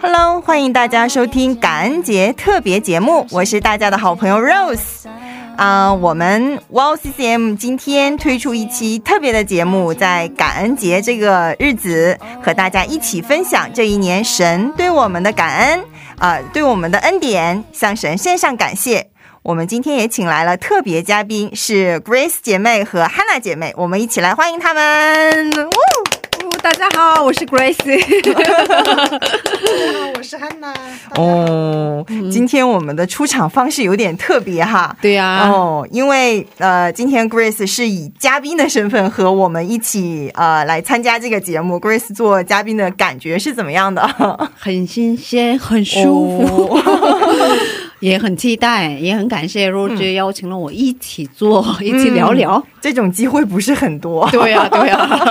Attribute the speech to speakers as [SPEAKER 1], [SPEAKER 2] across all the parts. [SPEAKER 1] Hello，欢迎大家收听感恩节特别节目，我是大家的好朋友 Rose。啊、我们 Wow CCM 今天推出一期特别的节目，在感恩节这个日子，和大家一起分享这一年神对我们的感恩，啊、对我们的恩典，向神献上感谢。我们今天也请来了特别嘉宾，是 Grace 姐妹和 Hannah 姐妹，我们一起来欢迎她们。呜
[SPEAKER 2] 哦大家好，我是 Grace。
[SPEAKER 3] 我是汉娜。
[SPEAKER 1] 哦，今天我们的出场方式有点特别哈。
[SPEAKER 2] 嗯对啊呀、
[SPEAKER 1] 哦，因为呃，今天 Grace 是以嘉宾的身份和我们一起呃来参加这个节目。Grace 做嘉宾的感觉是怎么样的？
[SPEAKER 2] 很新鲜，很舒服，哦 也很期待，也很感谢 Roger 邀请了我一起做，一起聊聊。
[SPEAKER 1] 这种机会不是很多。
[SPEAKER 2] 嗯 对呀、对呀、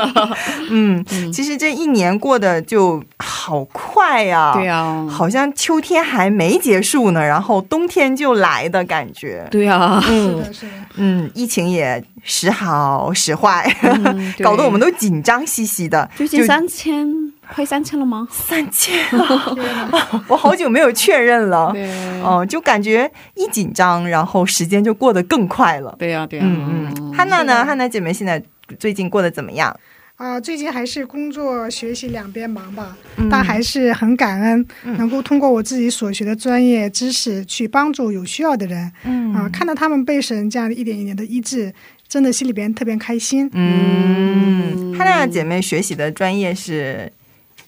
[SPEAKER 1] 嗯，其实这一年过得就好快呀、
[SPEAKER 2] 对啊呀、
[SPEAKER 1] 好像秋天还没结束呢，然后冬天就来的感觉。
[SPEAKER 2] 对呀、
[SPEAKER 3] 是的，是的，
[SPEAKER 1] 嗯，疫情也时好时坏，
[SPEAKER 2] 嗯对
[SPEAKER 1] 搞得我们都紧张兮兮的。
[SPEAKER 2] 最近三千，快三千了吗？
[SPEAKER 1] 三千啊！ 我好久没有确认了。
[SPEAKER 2] 对
[SPEAKER 1] 哦、就感觉一紧张，然后时间就过得更快了。
[SPEAKER 2] 对呀、啊对呀、
[SPEAKER 1] 嗯嗯，汉娜呢？汉娜姐妹现在最近过得怎么样？
[SPEAKER 3] 啊，最近还是工作、学习两边忙吧，
[SPEAKER 1] 嗯
[SPEAKER 3] 但还是很感恩，能够通过我自己所学的专业知识去帮助有需要的人。
[SPEAKER 1] 嗯
[SPEAKER 3] 啊，看到他们被神这样一点一点的医治，真的心里边特别开心。
[SPEAKER 1] 嗯，汉娜姐妹学习的专业是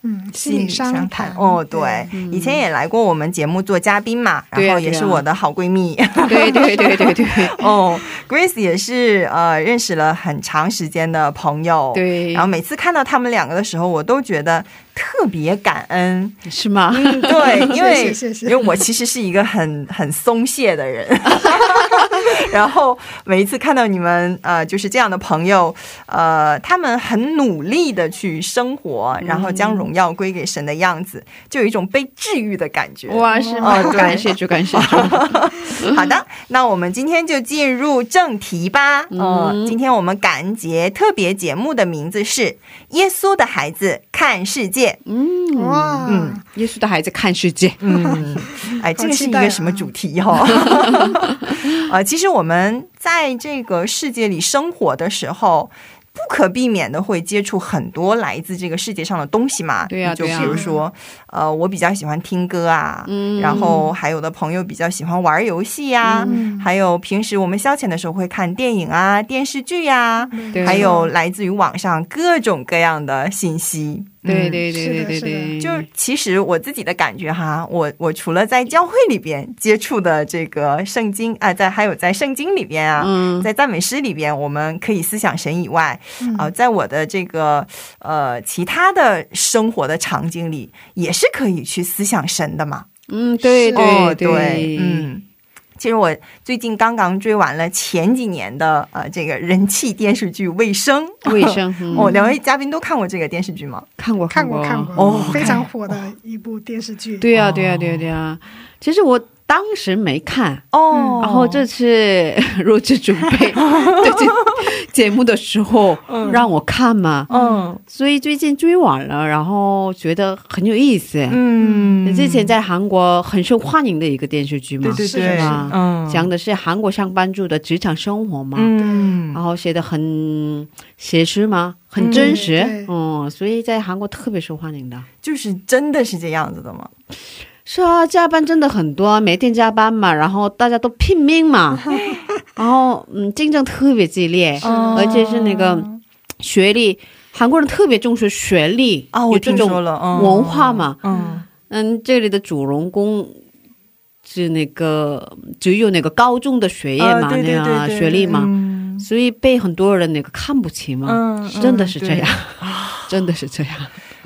[SPEAKER 3] 嗯，心理商谈。
[SPEAKER 1] 哦，对，以前也来过我们节目做嘉宾嘛，
[SPEAKER 2] 对
[SPEAKER 1] 然
[SPEAKER 2] 呀
[SPEAKER 1] 后也
[SPEAKER 2] 对呀
[SPEAKER 1] 是我的好闺蜜。
[SPEAKER 2] 对对对对对
[SPEAKER 1] 哦，Grace 也是呃认识了很长时间的朋友，
[SPEAKER 2] 对
[SPEAKER 1] 然后每次看到他们两个的时候，我都觉得特别感 恩。
[SPEAKER 2] 对， 是吗？
[SPEAKER 1] 嗯，对，因为
[SPEAKER 3] 谢谢谢谢
[SPEAKER 1] 因为我其实是一个很 很松懈的 人，然后每一次看到你们呃就是这样的朋友，呃，他们很努力的去生活，然后
[SPEAKER 3] 嗯
[SPEAKER 1] 将荣耀归给神的样子，就有一种被治愈的感觉。
[SPEAKER 2] 哇，是吗？
[SPEAKER 1] 哦对
[SPEAKER 2] 感谢主，感谢主。 嗯
[SPEAKER 1] 好的，那我们今天就进入正题吧。嗯，今天我们感恩节特别节目的名字是《耶稣的孩子看世界》。
[SPEAKER 3] 哇，
[SPEAKER 1] 嗯
[SPEAKER 2] 耶稣的孩子看世界，
[SPEAKER 1] 嗯， 哎，这个是一
[SPEAKER 2] 啊
[SPEAKER 1] 个什么主题哈、呃，其实我们在这个世界里生活的时候。不可避免的会接触很多来自这个世界上的东西嘛，
[SPEAKER 2] 对呀
[SPEAKER 1] 就
[SPEAKER 2] 对呀
[SPEAKER 1] 比如说，呃，我比较喜欢听歌啊，
[SPEAKER 2] 嗯
[SPEAKER 1] 然后还有的朋友比较喜欢玩游戏呀、
[SPEAKER 2] 嗯
[SPEAKER 1] 还有平时我们消遣的时候会看电影啊、电视剧呀、
[SPEAKER 2] 对
[SPEAKER 1] 还有来自于网上各种各样的信息，
[SPEAKER 2] 对
[SPEAKER 1] 嗯
[SPEAKER 2] 对对对对
[SPEAKER 3] 是的
[SPEAKER 2] 对，
[SPEAKER 1] 就是其实我自己的感觉哈，我我除了在教会里边接触的这个圣经啊，在还有在圣经里边啊。
[SPEAKER 2] 嗯，
[SPEAKER 1] 在赞美诗里边，我们可以思想神以外，
[SPEAKER 3] 嗯
[SPEAKER 1] 啊、在我的这个呃其他的生活的场景里，也是可以去思想神的嘛。
[SPEAKER 2] 嗯，对
[SPEAKER 3] 是
[SPEAKER 1] 哦
[SPEAKER 2] 对，
[SPEAKER 1] 对，，嗯。其实我最近刚刚追完了前几年的呃这个人气电视剧《卫生》，
[SPEAKER 2] 卫生，嗯
[SPEAKER 1] 哦，两位嘉宾都看过这个电视剧吗？
[SPEAKER 2] 看过
[SPEAKER 3] 看过
[SPEAKER 2] 过
[SPEAKER 3] 看过，
[SPEAKER 1] 哦
[SPEAKER 3] 非常火的一部电视剧。
[SPEAKER 2] 对呀、对呀、对呀、对呀、其实我当时没看，
[SPEAKER 1] 哦
[SPEAKER 2] 然后这次 录制准备这期节目的时候让我看嘛，
[SPEAKER 1] 嗯
[SPEAKER 2] 所以最近追完了，然后觉得很有意思。
[SPEAKER 1] 嗯
[SPEAKER 2] 之前在韩国很受欢迎的一个电视剧嘛，
[SPEAKER 1] 对对
[SPEAKER 3] 是的
[SPEAKER 1] 对，
[SPEAKER 3] 是
[SPEAKER 2] 的
[SPEAKER 1] 嗯
[SPEAKER 2] 讲的是韩国上班族的职场生活嘛。
[SPEAKER 1] 嗯
[SPEAKER 2] 然后写的很写实嘛，很真实
[SPEAKER 3] 嗯对，
[SPEAKER 2] 嗯，所以在韩国特别受欢迎的。
[SPEAKER 1] 就是真的是这样子的吗？
[SPEAKER 2] 是啊，加班真的很多，每天加班嘛，然后大家都拼命 嘛，然后嗯，竞争特别激烈，
[SPEAKER 1] 哦
[SPEAKER 2] 而且是那个学历，韩国人特别重视学历
[SPEAKER 1] 啊，
[SPEAKER 2] 有
[SPEAKER 1] 我
[SPEAKER 2] 这
[SPEAKER 1] 听说
[SPEAKER 2] 种
[SPEAKER 1] 了，嗯
[SPEAKER 2] 文化嘛。
[SPEAKER 1] 嗯
[SPEAKER 2] 嗯，这里的主人公是那个只有那个高中的学业嘛，
[SPEAKER 1] 啊对对
[SPEAKER 2] 那
[SPEAKER 1] 对
[SPEAKER 2] 样
[SPEAKER 1] 对
[SPEAKER 2] 学历嘛，
[SPEAKER 1] 嗯
[SPEAKER 2] 所以被很多人那个看不起嘛，
[SPEAKER 1] 嗯，
[SPEAKER 2] 真的是这样
[SPEAKER 1] 对。，
[SPEAKER 2] 真的是这样。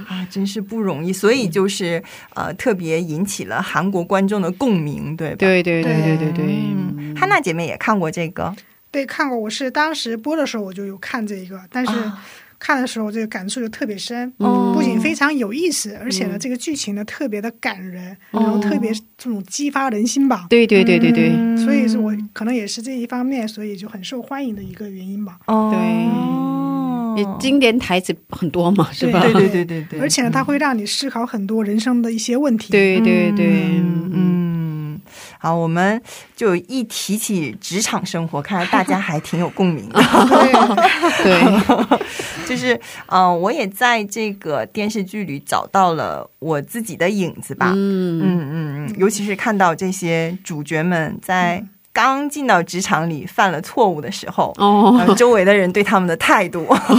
[SPEAKER 1] 啊，真是不容易，所以就是呃，特别引起了韩国观众的共鸣，对吧？
[SPEAKER 2] 对对对对对对，
[SPEAKER 1] 嗯，汉娜姐妹也看过这个，
[SPEAKER 3] 对，看过，我是当时播的时候我就有看这一个，但是
[SPEAKER 1] 啊
[SPEAKER 3] 看的时候这个感触就特别深，
[SPEAKER 2] 嗯
[SPEAKER 1] 哦
[SPEAKER 3] 不仅非常有意思，而且呢，这个剧情呢特别的感人，
[SPEAKER 2] 哦
[SPEAKER 3] 然后特别这种激发人心吧。
[SPEAKER 2] 对对对对对，
[SPEAKER 3] 所以是我
[SPEAKER 2] 嗯
[SPEAKER 3] 可能也是这一方面，所以就很受欢迎的一个原因吧。
[SPEAKER 1] 哦，
[SPEAKER 2] 也经典台词很多嘛，是吧？
[SPEAKER 1] 对
[SPEAKER 2] 嗯
[SPEAKER 1] 对对对对，
[SPEAKER 3] 而且呢，它会让你思考很多人生的一些问题。，
[SPEAKER 2] 对对对，
[SPEAKER 1] 嗯嗯，好，我们就一提起职场生活，看来大家还挺有共鸣的。
[SPEAKER 2] 嗯 对，
[SPEAKER 1] 就是，嗯、我也在这个电视剧里找到了我自己的影子吧。嗯
[SPEAKER 2] 嗯，
[SPEAKER 1] 嗯嗯，尤其是看到这些主角们在刚进到职场里犯了错误的时候。呃
[SPEAKER 2] 哦，
[SPEAKER 1] 周围的人对他们的态度，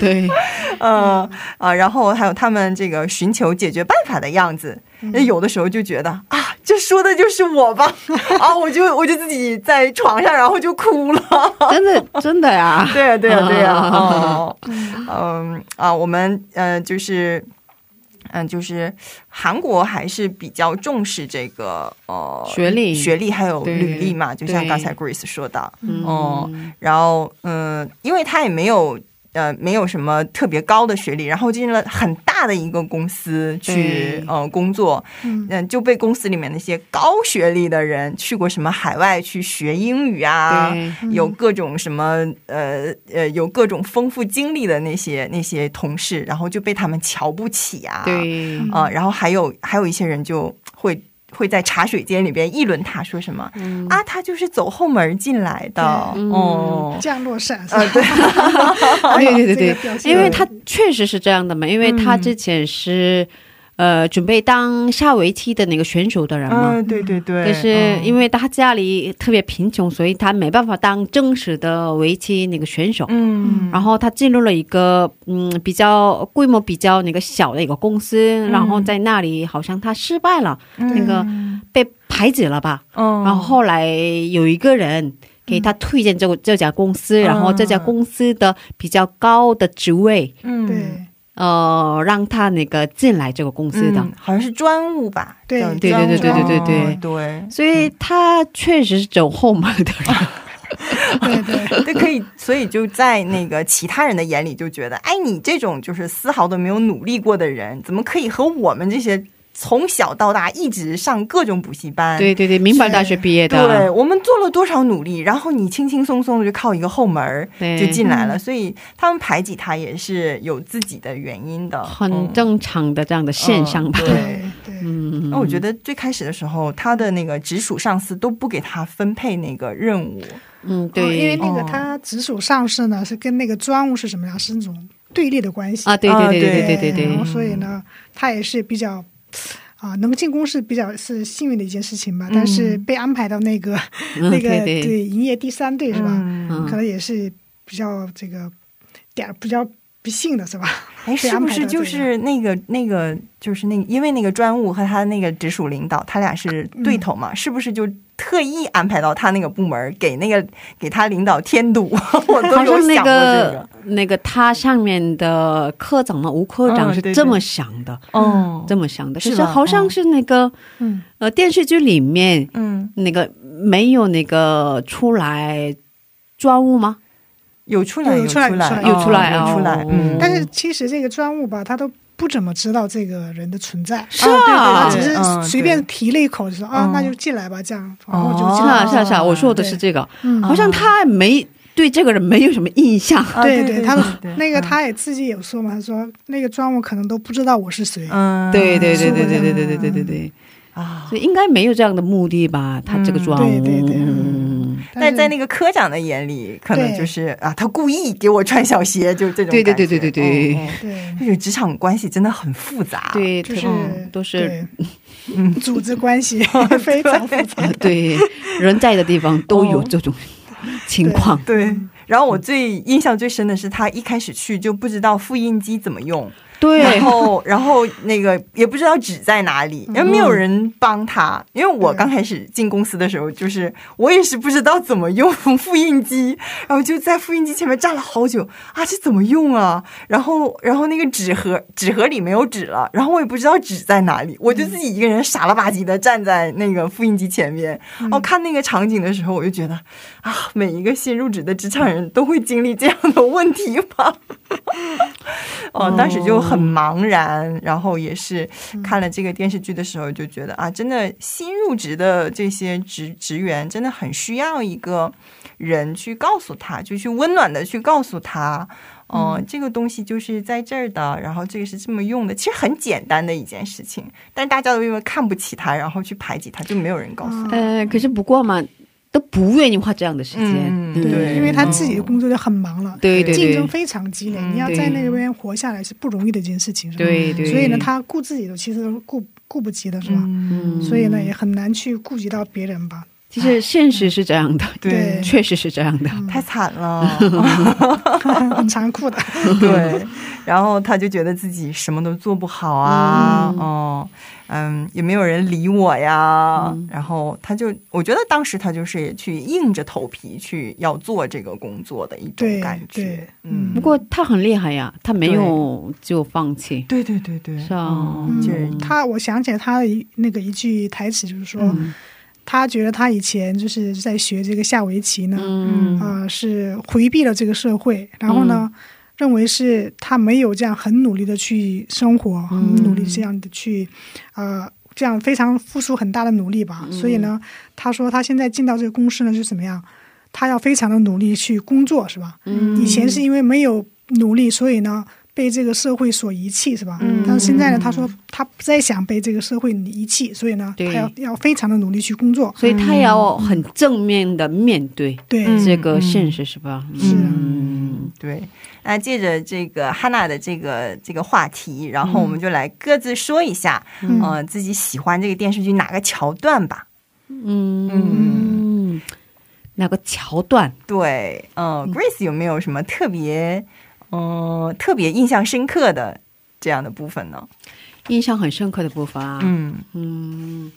[SPEAKER 2] 对，
[SPEAKER 1] 呃啊，然后还有他们这个寻求解决办法的样子，那
[SPEAKER 2] 嗯
[SPEAKER 1] 有的时候就觉得啊，这说的就是我吧，啊，我就我就自己在床上，然后就哭了。
[SPEAKER 2] 真的真的 呀，
[SPEAKER 1] 对呀，对呀，对呀。
[SPEAKER 2] 啊
[SPEAKER 1] 哦，嗯啊，我们呃，就是嗯、就是韩国还是比较重视这个呃
[SPEAKER 2] 学历
[SPEAKER 1] 学历还有
[SPEAKER 2] 对
[SPEAKER 1] 履历嘛，就像
[SPEAKER 2] 对
[SPEAKER 1] 刚才 Grace 说的，
[SPEAKER 2] 嗯
[SPEAKER 1] 哦，然后嗯、因为他也没有。呃，没有什么特别高的学历，然后进了很大的一个公司去
[SPEAKER 2] 对
[SPEAKER 1] 呃工作，
[SPEAKER 3] 嗯，
[SPEAKER 1] 嗯，就被公司里面那些高学历的人去过什么海外去学英语啊，
[SPEAKER 2] 对
[SPEAKER 1] 有各种什么呃呃，有各种丰富经历的那些那些同事，然后就被他们瞧不起啊，
[SPEAKER 2] 对，
[SPEAKER 1] 啊、然后还有还有一些人就会会在茶水间里边议论他，说什么、
[SPEAKER 2] 嗯
[SPEAKER 1] 啊，他就是走后门进来的，
[SPEAKER 2] 嗯
[SPEAKER 1] 哦，
[SPEAKER 3] 降落伞是吧
[SPEAKER 1] 啊对，
[SPEAKER 2] 对对对对
[SPEAKER 3] 这个表，现
[SPEAKER 2] 因为他确实是这样的嘛，因为他之前是、呃准备当下围棋的那个选手的人嘛。
[SPEAKER 1] 嗯，对对对，嗯
[SPEAKER 2] 可是因
[SPEAKER 1] 为
[SPEAKER 2] 为他家里特别贫穷，所以他没办法当正式的围棋那个选手。
[SPEAKER 1] 嗯，
[SPEAKER 2] 然后他进入了一个嗯比较规模比较那个小的一个公司，然后在那里好像他失败了，那个被排挤了吧。
[SPEAKER 1] 嗯，
[SPEAKER 2] 然后后来有一个人给他推荐
[SPEAKER 1] 嗯
[SPEAKER 2] 这个、这家公司，然后这家公司的比较高的职位，
[SPEAKER 1] 嗯
[SPEAKER 3] 对
[SPEAKER 2] 呃，让他那个进来这个公司的。
[SPEAKER 1] 嗯好像是专务吧？
[SPEAKER 3] 对
[SPEAKER 1] 叫
[SPEAKER 2] 对
[SPEAKER 1] 专务
[SPEAKER 2] 对对
[SPEAKER 3] 对对
[SPEAKER 1] 哦
[SPEAKER 2] 对
[SPEAKER 1] 对
[SPEAKER 2] 所以他确实是走后门的人，
[SPEAKER 3] 对 对，
[SPEAKER 1] 这可以，所以就在那个其他人的眼里就觉得，哎，你这种就是丝毫都没有努力过的人，怎么可以和我们这些从小到大一直上各种补习班？
[SPEAKER 2] 对对对，民办大学毕业
[SPEAKER 1] 嗯对。
[SPEAKER 2] 的，
[SPEAKER 1] 我们做了多少努力，然后你轻轻松松的就靠一个后门儿
[SPEAKER 2] 对
[SPEAKER 1] 就进
[SPEAKER 2] 嗯
[SPEAKER 1] 来了，所以他们排挤他也是有自己的原因的，
[SPEAKER 2] 很
[SPEAKER 1] 嗯
[SPEAKER 2] 正常的这样的现象吧
[SPEAKER 1] 嗯。
[SPEAKER 3] 对对，
[SPEAKER 2] 嗯，
[SPEAKER 1] 那我觉得最开始的时候，他的那个直属上司都不给他分配那个任务，
[SPEAKER 2] 嗯
[SPEAKER 3] 哦因
[SPEAKER 2] 对
[SPEAKER 3] 为那个
[SPEAKER 1] 哦
[SPEAKER 3] 他直属上司呢是跟那个专务是什么样，是那种对立的关系
[SPEAKER 2] 啊，对对对
[SPEAKER 1] 啊
[SPEAKER 2] 对对对
[SPEAKER 3] 然
[SPEAKER 2] 对
[SPEAKER 3] 后，所以呢，他也是比较。啊，能进宫是比较是幸运的一件事情吧，
[SPEAKER 1] 嗯
[SPEAKER 3] 但是被安排到那个、
[SPEAKER 2] 嗯
[SPEAKER 3] 哦那
[SPEAKER 2] 对
[SPEAKER 3] 个
[SPEAKER 2] 对，
[SPEAKER 3] 营业第三队是吧？
[SPEAKER 1] 嗯
[SPEAKER 2] 嗯
[SPEAKER 3] 可能也是比较这个点儿比较不幸的是吧？
[SPEAKER 1] 哎，是不是就是那个那个就是那个因为那个专务和他那个直属领导，他俩是
[SPEAKER 3] 啊嗯
[SPEAKER 1] 对头嘛？是不是就特意安排到他那个部门儿给那个给他领导添堵？ 我都
[SPEAKER 2] 好
[SPEAKER 1] 有
[SPEAKER 2] 像那
[SPEAKER 1] 想过这
[SPEAKER 2] 个那个他上面的科长嘛，吴科
[SPEAKER 1] 嗯
[SPEAKER 2] 长是
[SPEAKER 1] 对对
[SPEAKER 2] 这么想的，
[SPEAKER 1] 哦，
[SPEAKER 2] 嗯这么想的，
[SPEAKER 1] 是
[SPEAKER 2] 就是
[SPEAKER 1] 吧
[SPEAKER 2] 好像是那个、
[SPEAKER 3] 嗯，
[SPEAKER 2] 呃电视剧里面
[SPEAKER 1] 嗯，
[SPEAKER 2] 那个没有那个出来抓物吗？
[SPEAKER 1] 有出来，
[SPEAKER 3] 有
[SPEAKER 1] 有
[SPEAKER 3] 出来
[SPEAKER 1] 来，
[SPEAKER 3] 有
[SPEAKER 1] 哦
[SPEAKER 2] 出来
[SPEAKER 1] 有出来
[SPEAKER 2] 哦，
[SPEAKER 1] 嗯，
[SPEAKER 3] 但是其实这个专务吧，他都不怎么知道这个人的存在，
[SPEAKER 2] 是
[SPEAKER 3] 他
[SPEAKER 2] 啊，
[SPEAKER 3] 只是
[SPEAKER 1] 嗯
[SPEAKER 3] 随便提了一口就说、啊
[SPEAKER 1] 嗯，
[SPEAKER 3] 那就进来吧，这样，然后就
[SPEAKER 2] 哦
[SPEAKER 3] 进
[SPEAKER 2] 是
[SPEAKER 3] 来
[SPEAKER 2] 啊
[SPEAKER 3] 了。
[SPEAKER 2] 是啊是啊，我说的
[SPEAKER 3] 对
[SPEAKER 2] 是这个，
[SPEAKER 3] 嗯
[SPEAKER 2] 好像他没对这个人没有什么印象。
[SPEAKER 1] 啊
[SPEAKER 3] 对
[SPEAKER 1] 对，
[SPEAKER 3] 他
[SPEAKER 1] 对
[SPEAKER 3] 那个
[SPEAKER 1] 嗯
[SPEAKER 3] 他也自己有说嘛，他说那个专务可能都不知道我是谁。
[SPEAKER 1] 嗯，
[SPEAKER 2] 对对对对对对对对对对
[SPEAKER 1] 对
[SPEAKER 2] 对，
[SPEAKER 1] 啊。
[SPEAKER 2] 所以应该没有这样的目的吧？他这个
[SPEAKER 1] 嗯
[SPEAKER 2] 抓
[SPEAKER 3] 对
[SPEAKER 2] 物，
[SPEAKER 3] 对对
[SPEAKER 2] 嗯
[SPEAKER 1] 但
[SPEAKER 3] 是
[SPEAKER 1] 在那个科长的眼里，可能
[SPEAKER 3] 对
[SPEAKER 1] 就是啊，他故意给我穿小鞋，就这种
[SPEAKER 2] 对对
[SPEAKER 1] 感
[SPEAKER 2] 对对
[SPEAKER 1] 觉
[SPEAKER 2] 对对
[SPEAKER 1] 哦哦
[SPEAKER 3] 对
[SPEAKER 1] 这个职场关系真的很复杂，
[SPEAKER 2] 对，
[SPEAKER 3] 啊就
[SPEAKER 2] 特
[SPEAKER 3] 是
[SPEAKER 2] 嗯都是嗯
[SPEAKER 3] 对组织 关系非常复杂。
[SPEAKER 2] 啊对人在的地方都有
[SPEAKER 1] 哦
[SPEAKER 2] 这种情况。嗯
[SPEAKER 1] 对，然后我最印象最深的是，他一开始去就不知道复印机怎么用，
[SPEAKER 2] 对
[SPEAKER 1] 然，后然后那个也不知道纸在哪里，然后没有人帮他，因为我刚开始进公司的时候，就是我也是不知道怎么用复印机，然后就在复印机前面站了好久啊，这怎么用啊？然后然后那个纸盒纸盒里没有纸了，然后我也不知道纸在哪里，我就自己一个人傻了吧唧的站在那个复印机前面，然后看那个场景的时候，我就觉得啊，每一个新入职的职场人都会经历这样的问题吧。哦，嗯当时就很茫然，然后也是看了这个电视剧的时候，就觉得啊，真的新入职的这些职职员真的很需要一个人去告诉他，就去温暖的去告诉他，嗯、这个东西就是在这儿的，然后这个是这么用的，其实很简单的一件事情，但大家都因为看不起他，然后去排挤他，就没有人告诉他。
[SPEAKER 2] 呃，可是不过嘛，都不愿意花这样的时间，
[SPEAKER 1] 嗯对
[SPEAKER 3] 对，因为他自己的工作就很忙了，
[SPEAKER 2] 嗯对对
[SPEAKER 3] 竞
[SPEAKER 2] 对
[SPEAKER 3] 争非常激烈，
[SPEAKER 1] 嗯
[SPEAKER 3] 你要在
[SPEAKER 2] 对
[SPEAKER 3] 那边活下来是不容易的一件事情，是吧？
[SPEAKER 2] 对对，
[SPEAKER 3] 所以呢，他顾自己都其实都顾顾不及的，是吧？
[SPEAKER 1] 嗯，
[SPEAKER 2] 嗯
[SPEAKER 3] 所以呢，也很难去顾及到别人吧。
[SPEAKER 2] 其实现实是这样的，
[SPEAKER 1] 对，
[SPEAKER 2] 确实是这样的，
[SPEAKER 1] 太惨了。
[SPEAKER 3] 很残酷的，
[SPEAKER 2] 嗯
[SPEAKER 1] 对，然后他就觉得自己什么都做不好啊，
[SPEAKER 2] 嗯
[SPEAKER 1] 哦，嗯，也没有人理我呀。
[SPEAKER 2] 嗯
[SPEAKER 1] 然后他就，我觉得当时他就是也去硬着头皮去要做这个工作的一种
[SPEAKER 3] 对
[SPEAKER 1] 感觉
[SPEAKER 3] 对。
[SPEAKER 1] 嗯，
[SPEAKER 2] 不过他很厉害呀，他没有就放弃，
[SPEAKER 1] 对对对对，
[SPEAKER 2] 是啊
[SPEAKER 1] 嗯就是
[SPEAKER 3] 嗯，他我想起来他的一那个一句台词，就是说、
[SPEAKER 2] 嗯
[SPEAKER 3] 他觉得他以前就是在学这个下围棋呢，
[SPEAKER 2] 嗯
[SPEAKER 1] 嗯
[SPEAKER 3] 呃，是回避了这个社会，然后呢，认为是他没有这样很努力的去生活，
[SPEAKER 1] 嗯
[SPEAKER 3] 很努力这样的去，呃，这样非常付出很大的努力
[SPEAKER 1] 嗯
[SPEAKER 3] 吧。所以呢，他说他现在进到这个公司呢，就是怎么样，他要非常的努力去工作，是吧？
[SPEAKER 2] 嗯
[SPEAKER 3] 以前是因为没有努力，所以呢。被这个社会所遗弃是吧？
[SPEAKER 1] 嗯
[SPEAKER 3] 但是现在呢，他说他不再想被这个社会遗弃，所以呢，他
[SPEAKER 2] 对
[SPEAKER 3] 要要非常的努力去工作。
[SPEAKER 2] 所以他要很正面的面对
[SPEAKER 3] 对，
[SPEAKER 1] 嗯
[SPEAKER 2] 这个现实，是吧？嗯
[SPEAKER 3] 是啊
[SPEAKER 1] 嗯，对。那借着这个哈娜的这个这个话题，然后我们就来各自说一下，嗯、
[SPEAKER 3] 嗯
[SPEAKER 1] 呃，自己喜欢这个电视剧哪个桥段吧。
[SPEAKER 2] 嗯嗯，那个桥段，
[SPEAKER 1] 对，嗯，Grace 有没有什么特别，嗯、特别印象深刻的这样的部分呢？
[SPEAKER 2] 印象很深刻的部分啊，
[SPEAKER 1] 嗯
[SPEAKER 2] 嗯，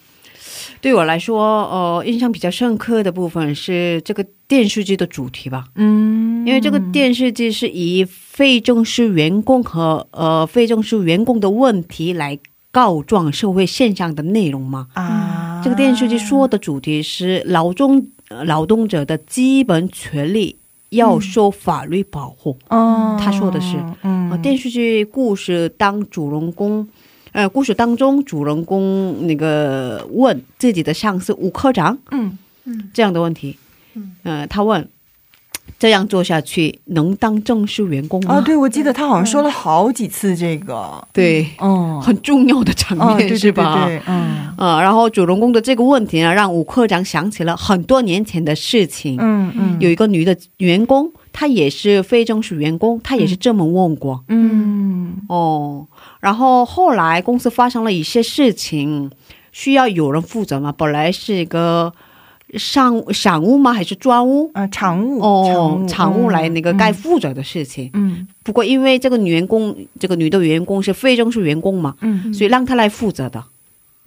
[SPEAKER 2] 对我来说，呃，印象比较深刻的部分是这个电视剧的主题吧，
[SPEAKER 1] 嗯
[SPEAKER 2] 因为这个电视剧是以非正式员工和呃非正式员工的问题来告状社会现象的内容嘛。
[SPEAKER 1] 啊，
[SPEAKER 2] 这个电视剧说的主题是劳动呃劳动者的基本权利要受法律保护。
[SPEAKER 1] 嗯，
[SPEAKER 2] 他说的是，
[SPEAKER 1] 嗯，
[SPEAKER 2] 呃，电视剧故事当主人公，呃，故事当中主人公那个问自己的上司吴科长
[SPEAKER 1] 嗯
[SPEAKER 3] 嗯
[SPEAKER 2] 这样的问题，
[SPEAKER 3] 嗯
[SPEAKER 2] 呃，他问这样做下去能当正式员工吗？
[SPEAKER 1] 啊，对，我记得他好像说了好几次这个，
[SPEAKER 2] 对
[SPEAKER 1] 嗯，
[SPEAKER 2] 很重要的场面、
[SPEAKER 1] 嗯，对对对
[SPEAKER 2] 是吧？
[SPEAKER 1] 对，嗯
[SPEAKER 2] 呃，然后主人公的这个问题呢，让吴科长想起了很多年前的事情。
[SPEAKER 1] 嗯嗯，
[SPEAKER 2] 有一个女的员工，她也是非正式员工，她也是这么问过。
[SPEAKER 1] 嗯
[SPEAKER 2] 哦，然后后来公司发生了一些事情，需要有人负责嘛。本来是一个上赏屋吗？还是专屋？
[SPEAKER 1] 啊，常务
[SPEAKER 2] 哦，厂务来那个该，
[SPEAKER 1] 嗯
[SPEAKER 2] 负责的事情。
[SPEAKER 1] 嗯
[SPEAKER 2] 不过因为这个女员工，这个女的员工是非正式员工嘛，
[SPEAKER 1] 嗯
[SPEAKER 2] 所以让她来负责的。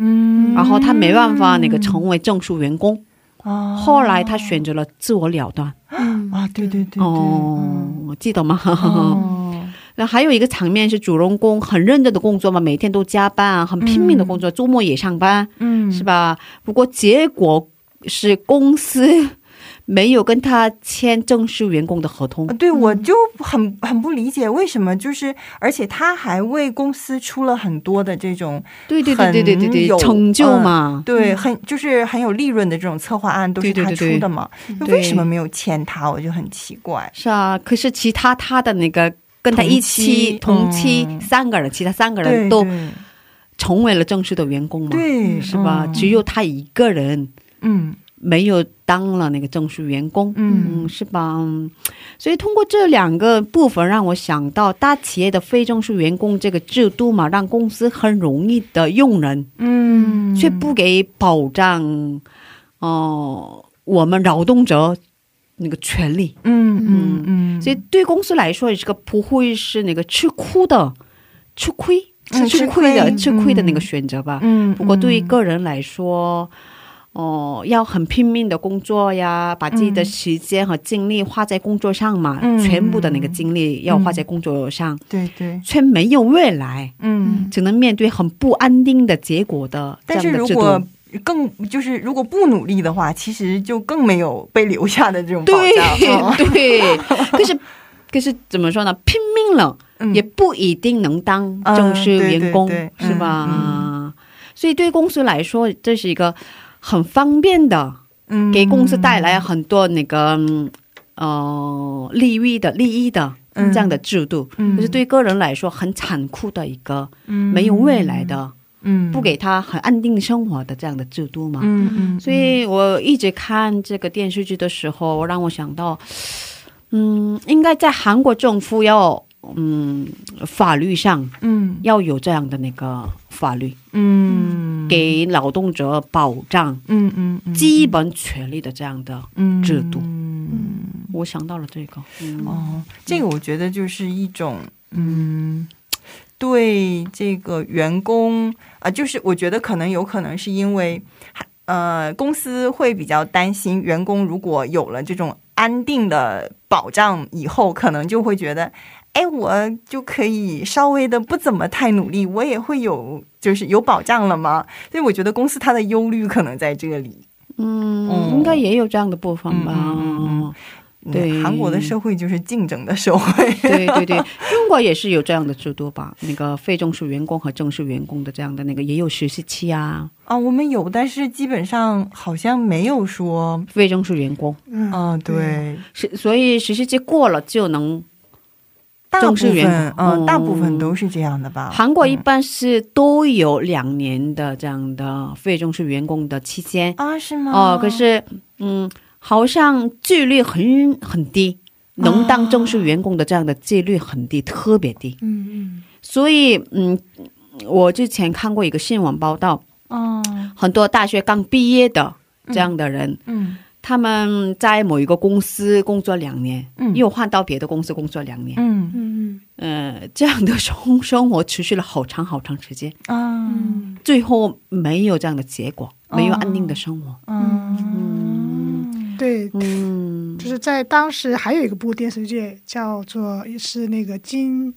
[SPEAKER 1] 嗯，
[SPEAKER 2] 然后她没办法那个成为正式员工，
[SPEAKER 1] 啊
[SPEAKER 2] 后来她选择了自我了断。
[SPEAKER 3] 嗯
[SPEAKER 1] 啊，对对对对，嗯，
[SPEAKER 2] 哦，记得吗？
[SPEAKER 1] 哦
[SPEAKER 2] 那还有一个场面是主人公很认真的工作嘛，每天都加班啊，很拼命的工作，周末也上班，
[SPEAKER 1] 嗯，
[SPEAKER 2] 是吧？不过结果是公司没有跟他签正式员工的合同
[SPEAKER 1] 啊，对，
[SPEAKER 2] 嗯
[SPEAKER 1] 我就很很不理解为什么，就是而且他还为公司出了很多的这种
[SPEAKER 2] 对对对对对
[SPEAKER 1] 很
[SPEAKER 2] 对
[SPEAKER 1] 有嗯
[SPEAKER 2] 对，成就嘛，
[SPEAKER 1] 对很就是很有利润的这种策划案都是
[SPEAKER 2] 嗯对对
[SPEAKER 1] 他
[SPEAKER 2] 对
[SPEAKER 1] 出
[SPEAKER 2] 对
[SPEAKER 1] 的嘛，那
[SPEAKER 2] 对
[SPEAKER 1] 为什么没有签他？我就很奇怪。
[SPEAKER 2] 是啊。可是其他他的那个跟他
[SPEAKER 1] 同
[SPEAKER 2] 一
[SPEAKER 1] 期
[SPEAKER 2] 起同期
[SPEAKER 1] 嗯
[SPEAKER 2] 三个人，其他三个
[SPEAKER 1] 对
[SPEAKER 2] 人都
[SPEAKER 1] 对
[SPEAKER 2] 成为了正式的员工嘛，
[SPEAKER 1] 对，
[SPEAKER 2] 是吧？
[SPEAKER 1] 嗯
[SPEAKER 2] 只有他一个人
[SPEAKER 1] 嗯
[SPEAKER 2] 没有当了那个正式员工，
[SPEAKER 1] 嗯
[SPEAKER 2] 嗯，是吧？嗯所以通过这两个部分，让我想到大企业的非正式员工这个制度嘛，让公司很容易的用人，
[SPEAKER 1] 嗯，
[SPEAKER 2] 却不给保障，哦、我们劳动者那个权利。
[SPEAKER 1] 嗯嗯嗯，
[SPEAKER 2] 所以对公司来说，也是个不会是那个吃苦的。吃亏，
[SPEAKER 1] 嗯
[SPEAKER 2] 是吃
[SPEAKER 1] 吃亏
[SPEAKER 2] 亏的、
[SPEAKER 1] 嗯
[SPEAKER 2] 吃亏的那个选择吧。
[SPEAKER 1] 嗯，
[SPEAKER 2] 不过对于
[SPEAKER 1] 嗯
[SPEAKER 2] 个人来说，哦、要很拼命的工作呀，把自己的
[SPEAKER 1] 嗯
[SPEAKER 2] 时间和精力花在工作上嘛，
[SPEAKER 1] 嗯
[SPEAKER 2] 全部的那个精力要花在工作上，
[SPEAKER 1] 对对，
[SPEAKER 2] 却没有未来，
[SPEAKER 1] 嗯。
[SPEAKER 2] 只能面对很不安定的结果的这
[SPEAKER 1] 但是
[SPEAKER 2] 样的
[SPEAKER 1] 如
[SPEAKER 2] 制
[SPEAKER 1] 果
[SPEAKER 2] 度。
[SPEAKER 1] 更就是如果不努力的话，其实就更没有被留下的这种保
[SPEAKER 2] 对
[SPEAKER 1] 障。哦
[SPEAKER 2] 对，可是可是怎么说呢？拼命了。
[SPEAKER 1] 嗯
[SPEAKER 2] 也不一定能当
[SPEAKER 1] 嗯
[SPEAKER 2] 正式员工，
[SPEAKER 1] 对对嗯对
[SPEAKER 2] 是吧、所以对公司来说，这是一个很方便的，
[SPEAKER 1] 嗯
[SPEAKER 2] 给公司带来很多那个嗯呃利益的利益的
[SPEAKER 1] 嗯
[SPEAKER 2] 这样的制度。
[SPEAKER 1] 嗯
[SPEAKER 2] 可是对个人来说，很残酷的一个
[SPEAKER 1] 嗯
[SPEAKER 2] 没有未来的，
[SPEAKER 1] 嗯
[SPEAKER 2] 不给他很安定生活的这样的制度嘛。
[SPEAKER 1] 嗯嗯，
[SPEAKER 2] 所以我一直看这个电视剧的时候，让我想到，嗯，应该在韩国政府要，嗯，法律上
[SPEAKER 1] 嗯
[SPEAKER 2] 要有这样的那个法律，
[SPEAKER 1] 嗯
[SPEAKER 2] 给劳动者保障
[SPEAKER 1] 嗯嗯嗯
[SPEAKER 2] 基本权利的这样的。
[SPEAKER 1] 嗯
[SPEAKER 2] 制度
[SPEAKER 1] 嗯
[SPEAKER 2] 我想到了这个，嗯，
[SPEAKER 1] 哦，这个我觉得就是一种嗯。对这个员工啊、就是我觉得可能有可能是因为，呃，公司会比较担心员工如果有了这种安定的保障以后，可能就会觉得，哎，我就可以稍微的不怎么太努力，我也会有就是有保障了吗？所以我觉得公司它的忧虑可能在这里。
[SPEAKER 2] 嗯应该也有这样的部分吧。
[SPEAKER 1] 哦嗯嗯
[SPEAKER 2] 对
[SPEAKER 1] 韩国的社会就是竞争的社会。
[SPEAKER 2] 对对对，中国也是有这样的制度吧？那个非正式员工和正式员工的这样的那个也有实习期啊，
[SPEAKER 1] 啊，我们有，但是基本上好像没有说，
[SPEAKER 2] 非正式员工
[SPEAKER 3] 嗯
[SPEAKER 1] 啊，对，
[SPEAKER 2] 是，所以实习期过了就能。
[SPEAKER 1] 大部
[SPEAKER 2] 正式员
[SPEAKER 1] 分，
[SPEAKER 2] 工
[SPEAKER 1] 嗯，大部分
[SPEAKER 2] 嗯
[SPEAKER 1] 都是这样的吧。
[SPEAKER 2] 韩国一般是都有两年的这样的非正式员工的期间
[SPEAKER 1] 啊，是吗？
[SPEAKER 2] 哦、可是嗯，好像纪律很很低，能当正式员工的这样的纪律很低，特别低。
[SPEAKER 3] 嗯
[SPEAKER 2] 所以嗯，我之前看过一个新闻报道，
[SPEAKER 1] 哦，
[SPEAKER 2] 很多大学刚毕业的这样的人，
[SPEAKER 1] 嗯
[SPEAKER 2] 他们在某一个公司工作两年，
[SPEAKER 1] 嗯
[SPEAKER 2] 又换到别的公司工作两年，
[SPEAKER 1] 嗯
[SPEAKER 3] 嗯
[SPEAKER 2] 呃，这样的生生活持续了好长好长时间，
[SPEAKER 1] 啊
[SPEAKER 3] 嗯
[SPEAKER 2] 最后没有这样的结果，
[SPEAKER 1] 哦
[SPEAKER 2] 没有安定的生活。
[SPEAKER 3] 哦
[SPEAKER 1] 嗯
[SPEAKER 2] 嗯
[SPEAKER 3] 对，
[SPEAKER 2] 嗯，
[SPEAKER 3] 就是在当时还有一个部电视剧叫做是那个金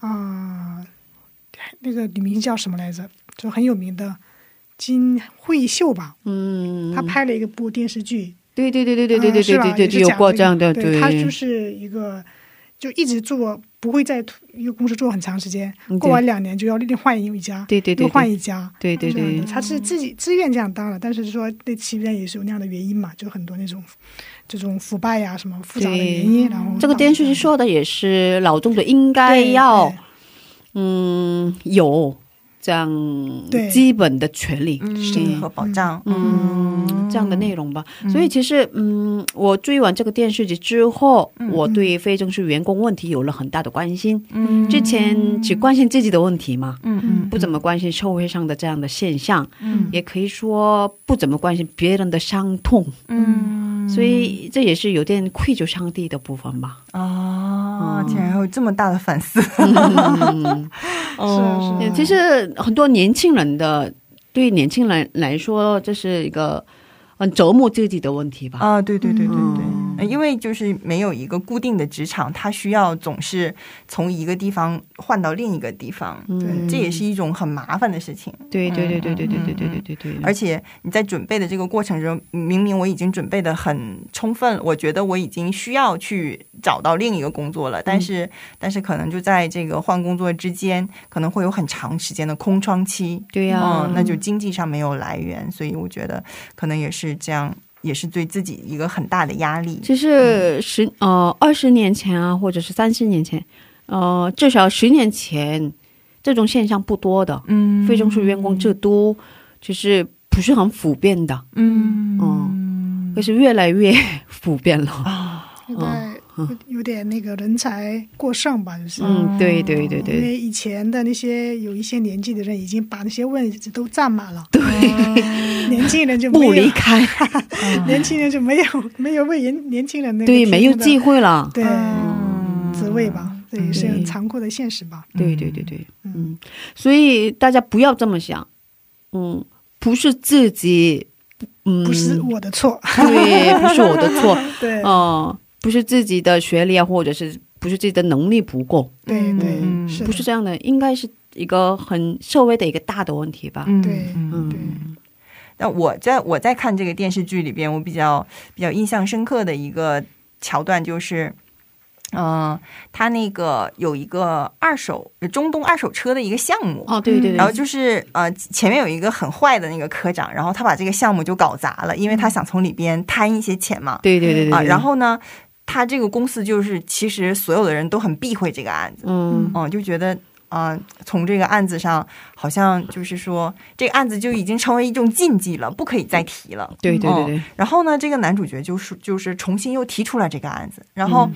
[SPEAKER 3] 啊、那个女明星叫什么来着？就很有名的金惠秀吧，
[SPEAKER 2] 嗯，
[SPEAKER 3] 她拍了一个部电视剧，
[SPEAKER 2] 对对对对对对
[SPEAKER 3] 嗯
[SPEAKER 2] 对
[SPEAKER 3] 是
[SPEAKER 2] 对
[SPEAKER 3] 吧
[SPEAKER 2] 对对
[SPEAKER 3] 也是
[SPEAKER 2] 对，有
[SPEAKER 3] 讲
[SPEAKER 2] 过
[SPEAKER 3] 个
[SPEAKER 2] 这样的
[SPEAKER 3] 对，她就是一个就一直做，不会在一个公司做很长时间，
[SPEAKER 2] 嗯对
[SPEAKER 3] 过完两年就要另换一家，
[SPEAKER 2] 对对对
[SPEAKER 3] 又换
[SPEAKER 2] 对
[SPEAKER 3] 一家，
[SPEAKER 2] 对对
[SPEAKER 3] 这样
[SPEAKER 2] 对
[SPEAKER 3] 的，他是自己自愿这样当的，但是说那其边也是有那样的原因嘛，就很多那种这种腐败呀、什么复杂的原因，然后
[SPEAKER 2] 这个电视剧说的也是劳动者应该要嗯有这样
[SPEAKER 3] 对
[SPEAKER 2] 基本的权利，
[SPEAKER 1] 嗯，
[SPEAKER 2] 对
[SPEAKER 1] 和保障，
[SPEAKER 2] 嗯，这样的内容吧。所以其实，嗯，我追完这个电视剧之后，我对非正式员工问题有了很大的关心。
[SPEAKER 1] 嗯
[SPEAKER 2] 之前只关心自己的问题嘛，
[SPEAKER 1] 嗯嗯
[SPEAKER 2] 不怎么关心社会上的这样的现象，
[SPEAKER 1] 嗯
[SPEAKER 2] 也可以说不怎么关心别人的伤痛。
[SPEAKER 1] 嗯
[SPEAKER 2] 所以这也是有点愧疚上帝的部分吧。
[SPEAKER 1] 啊，竟然还有这么大的反思，
[SPEAKER 2] 嗯，
[SPEAKER 1] 哦
[SPEAKER 3] 是啊
[SPEAKER 2] 其实很多年轻人的对年轻人来说，这是一个嗯折磨自己的问题吧。
[SPEAKER 1] 啊，对对对对对
[SPEAKER 2] 嗯，
[SPEAKER 1] 呃因为就是没有一个固定的职场，他需要总是从一个地方换到另一个地方，
[SPEAKER 2] 嗯
[SPEAKER 1] 这也是一种很麻烦的事情。
[SPEAKER 2] 对对对对对对
[SPEAKER 1] 嗯
[SPEAKER 2] 对对
[SPEAKER 1] 嗯
[SPEAKER 2] 对对对，
[SPEAKER 1] 而且你在准备的这个过程中，明明我已经准备的很充分，我觉得我已经需要去找到另一个工作了，但是、但是可能就在这个换工作之间，可能会有很长时间的空窗期，
[SPEAKER 2] 对呀、
[SPEAKER 1] 嗯，那就经济上没有来源，所以我觉得可能也是这样，也是对自己一个很大的压力。
[SPEAKER 2] 就是十呃二十年前啊，或者是三十年前，呃至少十年前，这种现象不多的。
[SPEAKER 1] 嗯
[SPEAKER 2] 非正式员工制度就是不是很普遍的，
[SPEAKER 1] 嗯
[SPEAKER 2] 可是越来越普遍了。
[SPEAKER 1] 啊，
[SPEAKER 2] 哦
[SPEAKER 3] 有点有点那个人才过剩吧，就是。
[SPEAKER 2] 嗯，对对对
[SPEAKER 1] 哦
[SPEAKER 3] 因
[SPEAKER 2] 对，
[SPEAKER 3] 为以前的那些有一些年纪的人已经把那些位置都占满了，年 轻人就没
[SPEAKER 2] 不
[SPEAKER 3] 有
[SPEAKER 2] 离，开，
[SPEAKER 3] 年轻人就没有没有为年年轻人那个
[SPEAKER 2] 对，没有
[SPEAKER 3] 提供的
[SPEAKER 2] 机会了。
[SPEAKER 3] 对
[SPEAKER 1] 嗯
[SPEAKER 3] 职位吧，这也是很残酷的现实吧。
[SPEAKER 2] 对对对对，嗯，所以大家不要这么想，嗯，不是自己，嗯，
[SPEAKER 3] 不是我的错，
[SPEAKER 2] 对，不是我的错，
[SPEAKER 3] 对
[SPEAKER 2] 哦、不是自己的学历啊，或者是不是自己的能力不够，
[SPEAKER 3] 对
[SPEAKER 1] 嗯
[SPEAKER 3] 对，是的
[SPEAKER 2] 不是这样的，应该是一个很社会的一个大的问题吧。
[SPEAKER 1] 嗯
[SPEAKER 3] 对
[SPEAKER 2] 嗯
[SPEAKER 3] 对
[SPEAKER 1] 那我在我在看这个电视剧里边，我比较比较印象深刻的一个桥段就是，嗯、他那个有一个二手呃中东二手车的一个项目。
[SPEAKER 2] 哦，对对对，
[SPEAKER 1] 然后就是呃，前面有一个很坏的那个科长，然后他把这个项目就搞砸了，因为他想从里边贪一些钱嘛。
[SPEAKER 2] 对对嗯对对
[SPEAKER 1] 啊，
[SPEAKER 2] 对
[SPEAKER 1] 然后呢，他这个公司就是其实所有的人都很避讳这个案子，
[SPEAKER 2] 嗯
[SPEAKER 1] 嗯，就觉得啊、从这个案子上好像就是说这个案子就已经成为一种禁忌了，不可以再提了。
[SPEAKER 2] 对对对
[SPEAKER 1] 哦
[SPEAKER 2] 对，
[SPEAKER 1] 然后呢，这个男主角就是就是重新又提出来这个案子，然后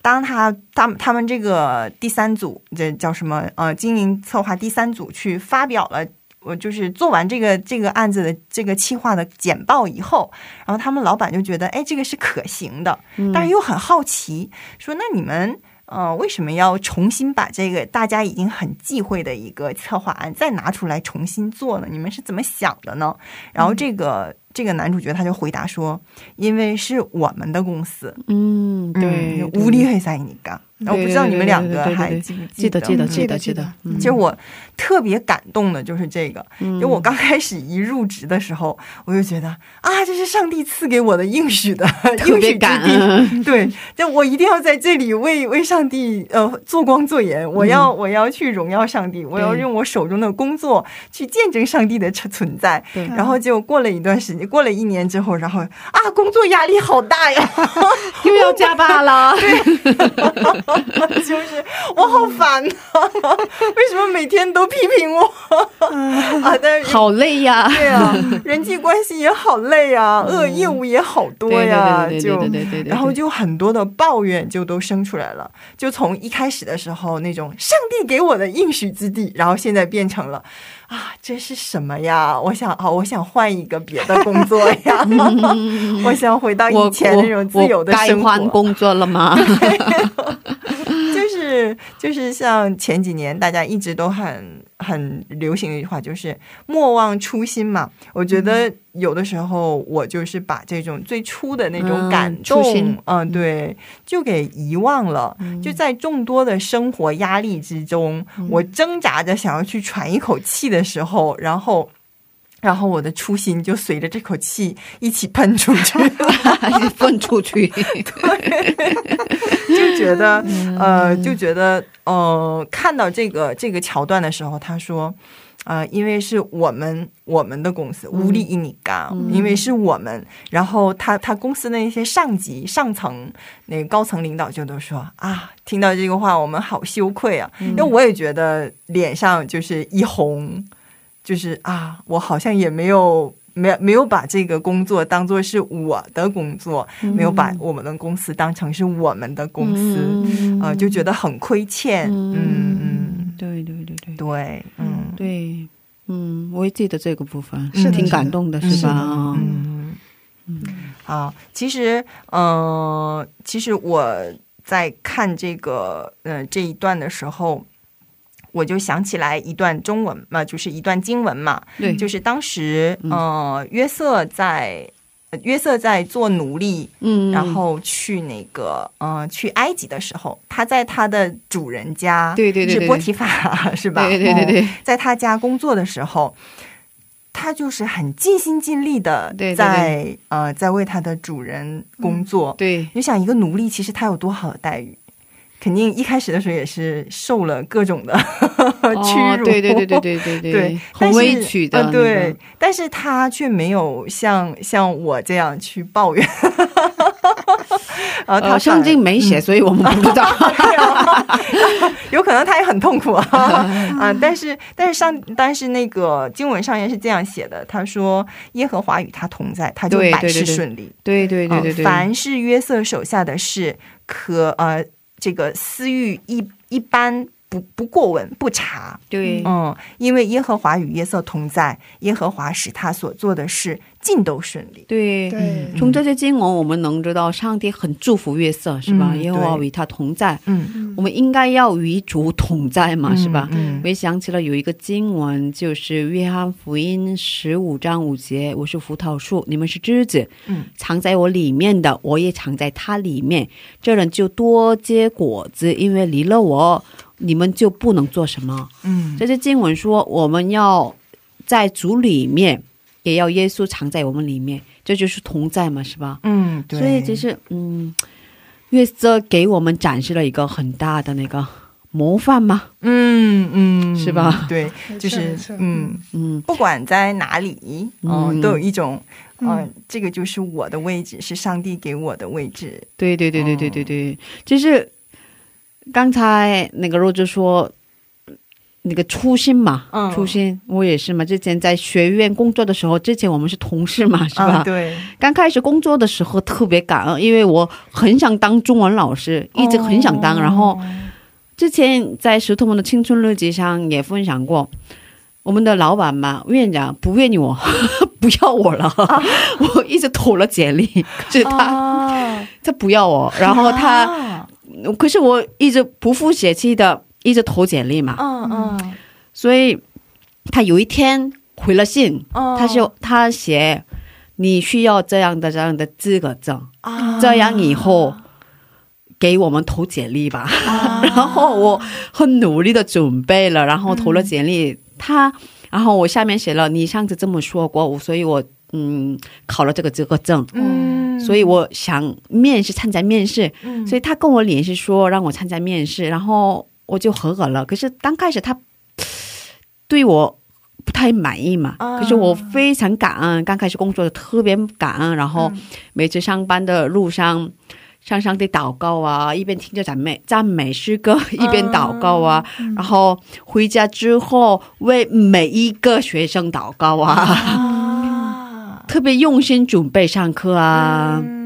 [SPEAKER 1] 当他他们他们这个第三组这叫什么呃经营策划第三组去发表了。我就是做完这个这个案子的这个企划的简报以后，然后他们老板就觉得，哎，这个是可行的，
[SPEAKER 2] 嗯
[SPEAKER 1] 但是又很好奇，说那你们呃为什么要重新把这个大家已经很忌讳的一个策划案再拿出来重新做呢？你们是怎么想的呢？然后
[SPEAKER 2] 嗯
[SPEAKER 1] 这个、这个男主角他就回答说，因为是我们的公司，
[SPEAKER 2] 嗯，对，
[SPEAKER 1] 无
[SPEAKER 2] 力。
[SPEAKER 1] 力黑塞尼干。我不知道你们两个还记不
[SPEAKER 2] 记得记得
[SPEAKER 1] 嗯
[SPEAKER 2] 记
[SPEAKER 3] 记
[SPEAKER 2] 得
[SPEAKER 3] 得
[SPEAKER 2] 记
[SPEAKER 3] 记
[SPEAKER 2] 得
[SPEAKER 3] 得，
[SPEAKER 2] 嗯
[SPEAKER 1] 其实我特别感动的就是这个，就我刚开始一入职的时候，我就觉得啊，这是上帝赐给我的应许的
[SPEAKER 2] 特
[SPEAKER 1] 应许
[SPEAKER 2] 别
[SPEAKER 1] 之
[SPEAKER 2] 感
[SPEAKER 1] 地，
[SPEAKER 2] 恩，
[SPEAKER 1] 对，就我一定要在这里为为上帝呃做光做盐，我要、我要去荣耀上帝，我要
[SPEAKER 2] 嗯对
[SPEAKER 1] 用我手中的工作去见证上帝的存存在。
[SPEAKER 2] 对
[SPEAKER 1] 然后就过了一段时间，过了一年之后，然后啊，工作压力好大呀，
[SPEAKER 2] 又要加班 了。
[SPEAKER 1] 就是我好烦呐、为什么每天都批评我啊？但是。
[SPEAKER 2] 好累呀！
[SPEAKER 1] 对啊，人际关系也好累啊，呃，业务也好多呀，
[SPEAKER 2] 嗯对对
[SPEAKER 1] 就
[SPEAKER 2] 对对对对对对，
[SPEAKER 1] 然后就很多的抱怨就都生出来了，就从一开始的时候那种上帝给我的应许之地，然后现在变成了啊，这是什么呀？我想啊，我想换一个别的工作呀， 我想回到
[SPEAKER 2] 我
[SPEAKER 1] 以前那种自由的
[SPEAKER 2] 我
[SPEAKER 1] 生
[SPEAKER 2] 该换
[SPEAKER 1] 活。
[SPEAKER 2] 工作了吗？
[SPEAKER 1] 就是就是像前几年大家一直都很很流行的一句话，就是莫忘初心嘛。我觉
[SPEAKER 2] 嗯
[SPEAKER 1] 得有的时候我就是把这种最初的那种感
[SPEAKER 2] 嗯初
[SPEAKER 1] 动，
[SPEAKER 2] 心
[SPEAKER 1] 嗯，对，就给遗忘了。就在众多的生活压力之中，
[SPEAKER 2] 嗯
[SPEAKER 1] 我挣扎着想要去喘一口气的时候，然后。然后我的初心就随着这口气一起喷出去，
[SPEAKER 2] 分出去，
[SPEAKER 1] 就觉得，呃，就觉得，呃，看到这个这个桥段的时候，他说，呃，因为是我们我们的公司无力印尼干，因为是我们，然后他他公司的那些上级上层那个高层领导就都说啊，听到这个话我们好羞愧啊，
[SPEAKER 2] 嗯
[SPEAKER 1] 因为我也觉得脸上就是一红，就是啊，我好像也没有。没有没有把这个工作当做是我的工作，没有把我们的公司当成是我们的 公司，
[SPEAKER 2] 嗯
[SPEAKER 1] 呃，就觉得很亏欠。嗯嗯，
[SPEAKER 2] 对对对对
[SPEAKER 1] 对，嗯
[SPEAKER 2] 对，嗯，我也记得这个部分，
[SPEAKER 1] 是的
[SPEAKER 2] 挺
[SPEAKER 3] 是
[SPEAKER 2] 感
[SPEAKER 3] 的
[SPEAKER 2] 动的，
[SPEAKER 1] 嗯是
[SPEAKER 2] 是
[SPEAKER 1] 的
[SPEAKER 2] 吧？啊
[SPEAKER 1] 嗯好，其实，嗯，其实我在看这个，嗯，这一段的时候。我就想起来一段中文嘛，就是一段经文嘛，
[SPEAKER 2] 对，
[SPEAKER 1] 嗯就是当时，呃，约瑟在呃约瑟在做奴隶，
[SPEAKER 2] 嗯，
[SPEAKER 1] 然后去那个，呃，去埃及的时候，他在他的主人家，
[SPEAKER 2] 对对对对
[SPEAKER 1] 是波提法，是吧？
[SPEAKER 2] 对对对
[SPEAKER 1] 哦
[SPEAKER 2] 对，
[SPEAKER 1] 在他家工作的时候，他就是很尽心尽力的
[SPEAKER 2] 对对对
[SPEAKER 1] 在呃在为他的主人工作。
[SPEAKER 2] 对
[SPEAKER 1] 你想一个奴隶，其实他有多好的待遇？肯定一开始的时候也是受了各种的屈
[SPEAKER 2] 哦
[SPEAKER 1] 辱，
[SPEAKER 2] 对对对对对对
[SPEAKER 1] 对，
[SPEAKER 2] 很
[SPEAKER 1] 但是
[SPEAKER 2] 委屈的
[SPEAKER 1] 呃，
[SPEAKER 2] 那个
[SPEAKER 1] 对，，但是他却没有像像我这样去抱怨， 呃，他
[SPEAKER 2] 呃，
[SPEAKER 1] 反
[SPEAKER 2] 圣
[SPEAKER 1] 而嗯
[SPEAKER 2] 经没写，所以我们不知道。
[SPEAKER 1] 有可能他也很痛苦啊啊！但是但是上但是那个经文上面是这样写的，他说耶和华与他同在，他就
[SPEAKER 2] 对
[SPEAKER 1] 百
[SPEAKER 2] 对对
[SPEAKER 1] 事
[SPEAKER 2] 对
[SPEAKER 1] 顺利。
[SPEAKER 2] 对对对对对，
[SPEAKER 1] 啊凡是呃约瑟手下的事，可呃这个私欲一一般不不过问不查，
[SPEAKER 2] 对，
[SPEAKER 1] 嗯，因为耶和华与约瑟同在，耶和华使他所做的事尽都顺利。
[SPEAKER 2] 对，
[SPEAKER 1] 嗯
[SPEAKER 3] 对，
[SPEAKER 2] 嗯从这些经文，我们能知道上帝很祝福约瑟，是吧？
[SPEAKER 1] 嗯
[SPEAKER 2] 耶和华
[SPEAKER 1] 对
[SPEAKER 2] 与他同在，
[SPEAKER 1] 嗯，
[SPEAKER 3] 嗯
[SPEAKER 2] 我们应该要与主同在嘛，是吧？
[SPEAKER 1] 嗯
[SPEAKER 2] 我也想起了有一个经文，就是《约翰福音》十五章五节：“我是葡萄树，你们是枝子，
[SPEAKER 1] 嗯，
[SPEAKER 2] 藏在我里面的，我也藏在它里面。这人就多结果子，因为离了我，你们就不能做什么。”
[SPEAKER 1] 嗯
[SPEAKER 2] 这些经文说，我们要在主里面，也要耶稣藏在我们里面，这就是同在嘛，是吧？
[SPEAKER 1] 嗯，对，
[SPEAKER 2] 所以就是嗯，月色给我们展示了一个很大的那个模范嘛，
[SPEAKER 1] 嗯嗯，
[SPEAKER 2] 是吧？
[SPEAKER 1] 对，
[SPEAKER 3] 没
[SPEAKER 1] 就
[SPEAKER 3] 错
[SPEAKER 1] 是
[SPEAKER 3] 没错
[SPEAKER 1] 嗯，
[SPEAKER 2] 嗯，
[SPEAKER 1] 不管在哪里，嗯，
[SPEAKER 2] 嗯
[SPEAKER 1] 都有一种，嗯、
[SPEAKER 3] 嗯
[SPEAKER 1] 这个就是我的位置，是上帝给我的位置。
[SPEAKER 2] 对对对对对
[SPEAKER 1] 哦
[SPEAKER 2] 对对，就是刚才那个肉就说。那个初心嘛，
[SPEAKER 1] 嗯
[SPEAKER 2] 初心，我也是嘛。之前在学院工作的时候，之前我们是同事嘛，是吧？
[SPEAKER 1] 啊，对，
[SPEAKER 2] 刚开始工作的时候特别感恩，因为我很想当中文老师，一直很想当。
[SPEAKER 1] 哦
[SPEAKER 2] 然后之前在石头们的青春日记上也分享过，我们的老板嘛，院长不愿意我， 不要我了， 我一直投了简历，就是他、
[SPEAKER 1] 啊，
[SPEAKER 2] 他不要我，然后他，
[SPEAKER 1] 啊
[SPEAKER 2] 可是我一直不负血气的一直投简历嘛，
[SPEAKER 1] 嗯嗯，
[SPEAKER 2] 所以他有一天回了信，
[SPEAKER 1] 哦
[SPEAKER 2] 他就他写你需要这样的这样的资格证。
[SPEAKER 1] 啊
[SPEAKER 2] 这样以后给我们投简历吧。 然后我很努力的准备了，然后投了简历。他，然后我下面写了你上次这么说过，我所以我嗯考了这个资格证。
[SPEAKER 1] 嗯，
[SPEAKER 2] 所以我想面试参加面试，
[SPEAKER 1] 嗯
[SPEAKER 2] 所以他跟我联系说让我参加面试，然后我就合格了。可是刚开始他 对我不太满意嘛，
[SPEAKER 1] 啊
[SPEAKER 2] 可是我非常感恩，刚开始工作的特别感恩，然后
[SPEAKER 1] 嗯
[SPEAKER 2] 每次上班的路上。向上帝祷告啊，一边听着赞美赞美诗歌， 一边祷告啊，
[SPEAKER 1] 嗯
[SPEAKER 2] 然后回家之后为每一个学生祷告啊，
[SPEAKER 1] 啊，
[SPEAKER 2] 特别用心准备上课啊。
[SPEAKER 1] 嗯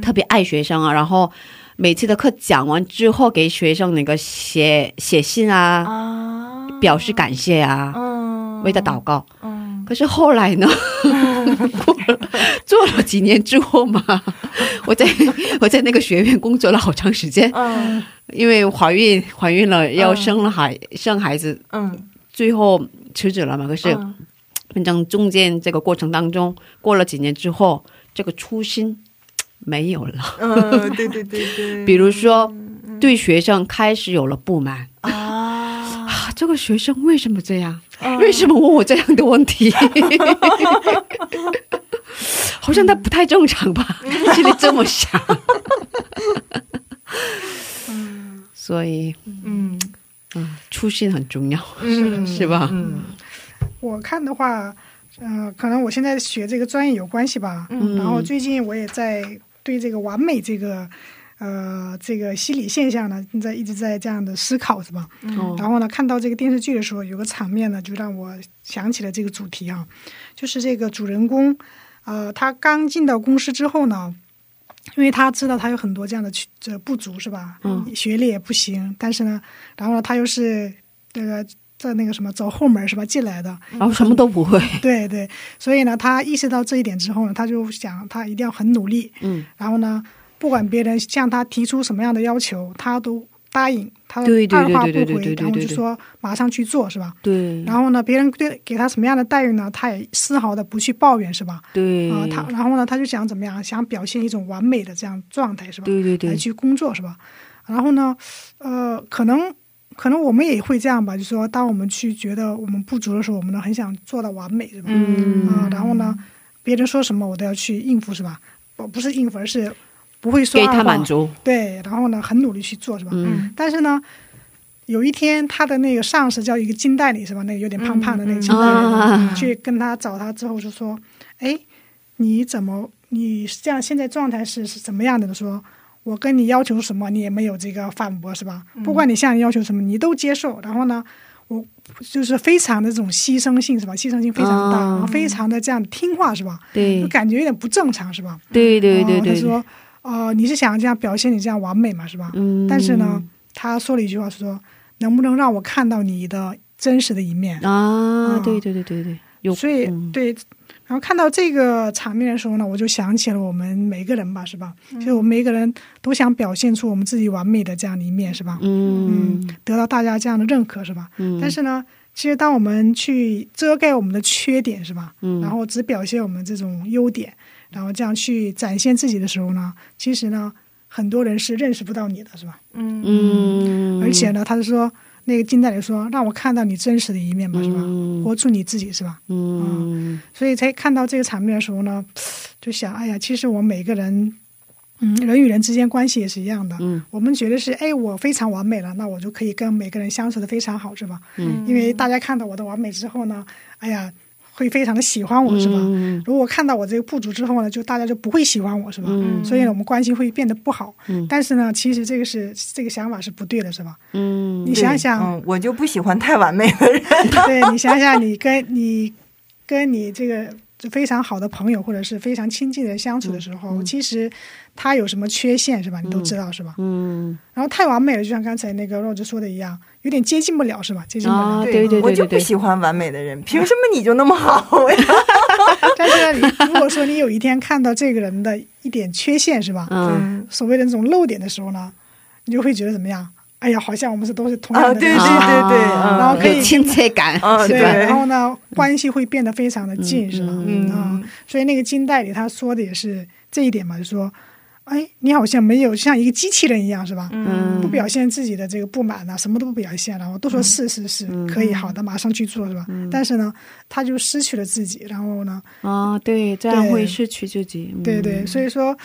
[SPEAKER 2] 特别爱学生啊，然后每次的课讲完之后，给学生那个写写信啊，
[SPEAKER 1] 啊，
[SPEAKER 2] 表示感谢啊，
[SPEAKER 1] 嗯，
[SPEAKER 2] 为他祷告。
[SPEAKER 1] 嗯，
[SPEAKER 2] 可是后来呢， 过了做了几年之后嘛， 我在我在那个学院工作了好长时间，
[SPEAKER 1] 嗯
[SPEAKER 2] 因为怀孕怀孕了要
[SPEAKER 1] 嗯
[SPEAKER 2] 生了孩、生孩子，
[SPEAKER 1] 嗯，
[SPEAKER 2] 最后辞职了嘛。可是反正中间这个过程当中，过了几年之后，这个初心没有了。
[SPEAKER 1] 嗯，对对对对，
[SPEAKER 2] 比如说，
[SPEAKER 3] 嗯
[SPEAKER 2] 对学生开始有了不满
[SPEAKER 1] 啊，
[SPEAKER 2] 啊，这个学生为什么这样？
[SPEAKER 1] 嗯
[SPEAKER 2] 为什么问我这样的问 题？好像他不太正常吧，
[SPEAKER 3] 嗯
[SPEAKER 2] 心里这么想。所以，
[SPEAKER 1] 嗯
[SPEAKER 2] 嗯，初心很重要，
[SPEAKER 1] 嗯
[SPEAKER 2] 是吧？
[SPEAKER 1] 嗯
[SPEAKER 3] 我看的话，呃，可能我现在学这个专业有关系吧。
[SPEAKER 2] 嗯
[SPEAKER 3] 然后最近我也在对这个完美这个，呃，这个心理现象呢，在一直在这样的思考着吧。
[SPEAKER 2] 哦
[SPEAKER 3] 然后呢，看到这个电视剧的时候，有个场面呢，就让我想起了这个主题啊，就是这个主人公，呃，他刚进到公司之后呢，因为他知道他有很多这样的缺这不足是吧？
[SPEAKER 2] 嗯，
[SPEAKER 3] 学历也不行，但是呢，然后呢，他又是这个在那个什么走后门是吧进来的，
[SPEAKER 2] 然后什么都不会，
[SPEAKER 3] 对对，所以呢，他意识到这一点之后呢，他就想他一定要很努力，
[SPEAKER 2] 嗯，
[SPEAKER 3] 然后呢，不管别人向他提出什么样的要求，他都答应，他
[SPEAKER 2] 对对
[SPEAKER 3] 二话
[SPEAKER 2] 对对对
[SPEAKER 3] 不
[SPEAKER 2] 对对，
[SPEAKER 3] 回然后
[SPEAKER 2] 对嗯
[SPEAKER 3] 就
[SPEAKER 2] 对
[SPEAKER 3] 说马上去做，是吧？
[SPEAKER 2] 对
[SPEAKER 3] 然后呢，别人对给他什么样的待遇呢，他也丝毫的不去抱怨，是吧？
[SPEAKER 2] 对
[SPEAKER 3] 啊、他然后呢，他就想怎么样，想表现一种完美的这样状态，是吧？
[SPEAKER 2] 对对
[SPEAKER 3] 来
[SPEAKER 2] 对，
[SPEAKER 3] 去工作，是吧？然后呢，呃，可能可能我们也会这样吧，就是说，当我们去觉得我们不足的时候，我们呢很想做到完美，是吧？
[SPEAKER 2] 嗯
[SPEAKER 3] 啊、然后呢，别人说什么我都要去应付，是吧？不不是应付，而是不会说哦
[SPEAKER 2] 给
[SPEAKER 3] 二
[SPEAKER 2] 他
[SPEAKER 3] 话
[SPEAKER 2] 满足，
[SPEAKER 3] 对，然后呢，很努力去做，是吧？
[SPEAKER 2] 嗯
[SPEAKER 3] 但是呢，有一天他的那个上司叫一个金代理是吧？那个有点胖胖的那个金代理、
[SPEAKER 2] 嗯嗯
[SPEAKER 3] 去跟他找他之后就说：“哎，你怎么你这样现在状态是是怎么样的呢？”说。我跟你要求什么，你也没有这个反驳，是吧？
[SPEAKER 2] 嗯
[SPEAKER 3] 不管你向人要求什么，你都接受。然后呢，我就是非常的这种牺牲性，是吧？牺牲性非常大，
[SPEAKER 2] 啊
[SPEAKER 3] 然后非常的这样听话，是吧？
[SPEAKER 2] 对
[SPEAKER 3] 就感觉有点不正常，是吧？
[SPEAKER 2] 对对对
[SPEAKER 3] 哦他
[SPEAKER 2] 对，
[SPEAKER 3] 说：“哦、你是想这样表现你这样完美嘛，是吧？”
[SPEAKER 2] 嗯
[SPEAKER 3] 但是呢，他说了一句话，说：“能不能让我看到你的真实的一面？
[SPEAKER 2] 啊，
[SPEAKER 3] 嗯
[SPEAKER 2] 对对对对对，有
[SPEAKER 3] 所以
[SPEAKER 2] 嗯
[SPEAKER 3] 对，然后看到这个场面的时候呢，我就想起了我们每个人吧，是吧？
[SPEAKER 2] 嗯
[SPEAKER 3] 其实我们每个人都想表现出我们自己完美的这样的一面，是吧？
[SPEAKER 2] 嗯
[SPEAKER 3] 得到大家这样的认可，是吧？
[SPEAKER 2] 嗯，
[SPEAKER 3] 但是呢，其实当我们去遮盖我们的缺点，是吧？
[SPEAKER 2] 嗯
[SPEAKER 3] 然后只表现我们这种优点，然后这样去展现自己的时候呢，其实呢，很多人是认识不到你的，是吧？
[SPEAKER 1] 嗯
[SPEAKER 2] 嗯，
[SPEAKER 3] 而且呢，他是说那个金代理说，让我看到你真实的一面吧，是啊吧？
[SPEAKER 2] 嗯
[SPEAKER 3] 活出你自己，是吧？
[SPEAKER 2] 嗯
[SPEAKER 3] 所以在看到这个场面的时候呢，就想，哎呀，其实我们每个人，嗯，人与人之间关系也是一样的。
[SPEAKER 2] 嗯
[SPEAKER 3] 我们觉得是，哎，我非常完美了，那我就可以跟每个人相处的非常好，是吧？
[SPEAKER 1] 嗯
[SPEAKER 3] 因为大家看到我的完美之后呢，哎呀，会非常的喜欢我，是吧？
[SPEAKER 2] 嗯
[SPEAKER 3] 如果看到我这个不足之后呢，就大家就不会喜欢我，是吧？
[SPEAKER 2] 嗯
[SPEAKER 3] 所以呢，我们关系会变得不好。
[SPEAKER 2] 嗯
[SPEAKER 3] 但是呢，其实这个是这个想法是不对的，是吧？
[SPEAKER 2] 嗯
[SPEAKER 3] 你想想，
[SPEAKER 1] 嗯，我就不喜欢太完美的人。
[SPEAKER 3] 对你想想，你跟你跟你这个非常好的朋友或者是非常亲近的人相处的时候，其实他有什么缺陷是吧？你都知道是吧？
[SPEAKER 2] 嗯，
[SPEAKER 3] 然后太完美了，就像刚才那个肉子说的一样，有点接近不了是吧？接近不
[SPEAKER 2] 啊
[SPEAKER 3] 了。
[SPEAKER 2] 对对对对
[SPEAKER 1] 我就不
[SPEAKER 2] 对
[SPEAKER 1] 喜欢完美的人，凭什么你就那么好呀？
[SPEAKER 3] 但是呢你如果说你有一天看到这个人的一点缺陷是吧？
[SPEAKER 2] 嗯
[SPEAKER 3] 所谓的那种漏点的时候呢，你就会觉得怎么样？哎呀，好像我们是都是同样
[SPEAKER 1] 啊
[SPEAKER 3] 的人
[SPEAKER 1] 对
[SPEAKER 3] 是
[SPEAKER 1] 对
[SPEAKER 3] 吧
[SPEAKER 1] 对对嗯
[SPEAKER 3] 然后啊可以
[SPEAKER 2] 啊
[SPEAKER 3] 啊
[SPEAKER 2] 有亲切感
[SPEAKER 1] 嗯
[SPEAKER 2] 是
[SPEAKER 3] 对，
[SPEAKER 2] 吧？
[SPEAKER 3] 然后呢，关系会变得非常的近，是吧？
[SPEAKER 1] 嗯
[SPEAKER 3] 啊，所以那个金代理他说的也是这一点嘛，就说，哎，你好像没有像一个机器人一样，是吧？不
[SPEAKER 2] 嗯
[SPEAKER 3] 表现自己的这个不满呐、什么都不表现，然后都说是是是，
[SPEAKER 2] 嗯
[SPEAKER 3] 可以好的，马上去做，是吧？但是呢，他就失去了自己，然后呢，
[SPEAKER 2] 啊，对，这样
[SPEAKER 3] 对
[SPEAKER 2] 会失去自己。嗯
[SPEAKER 3] 对对，所以说，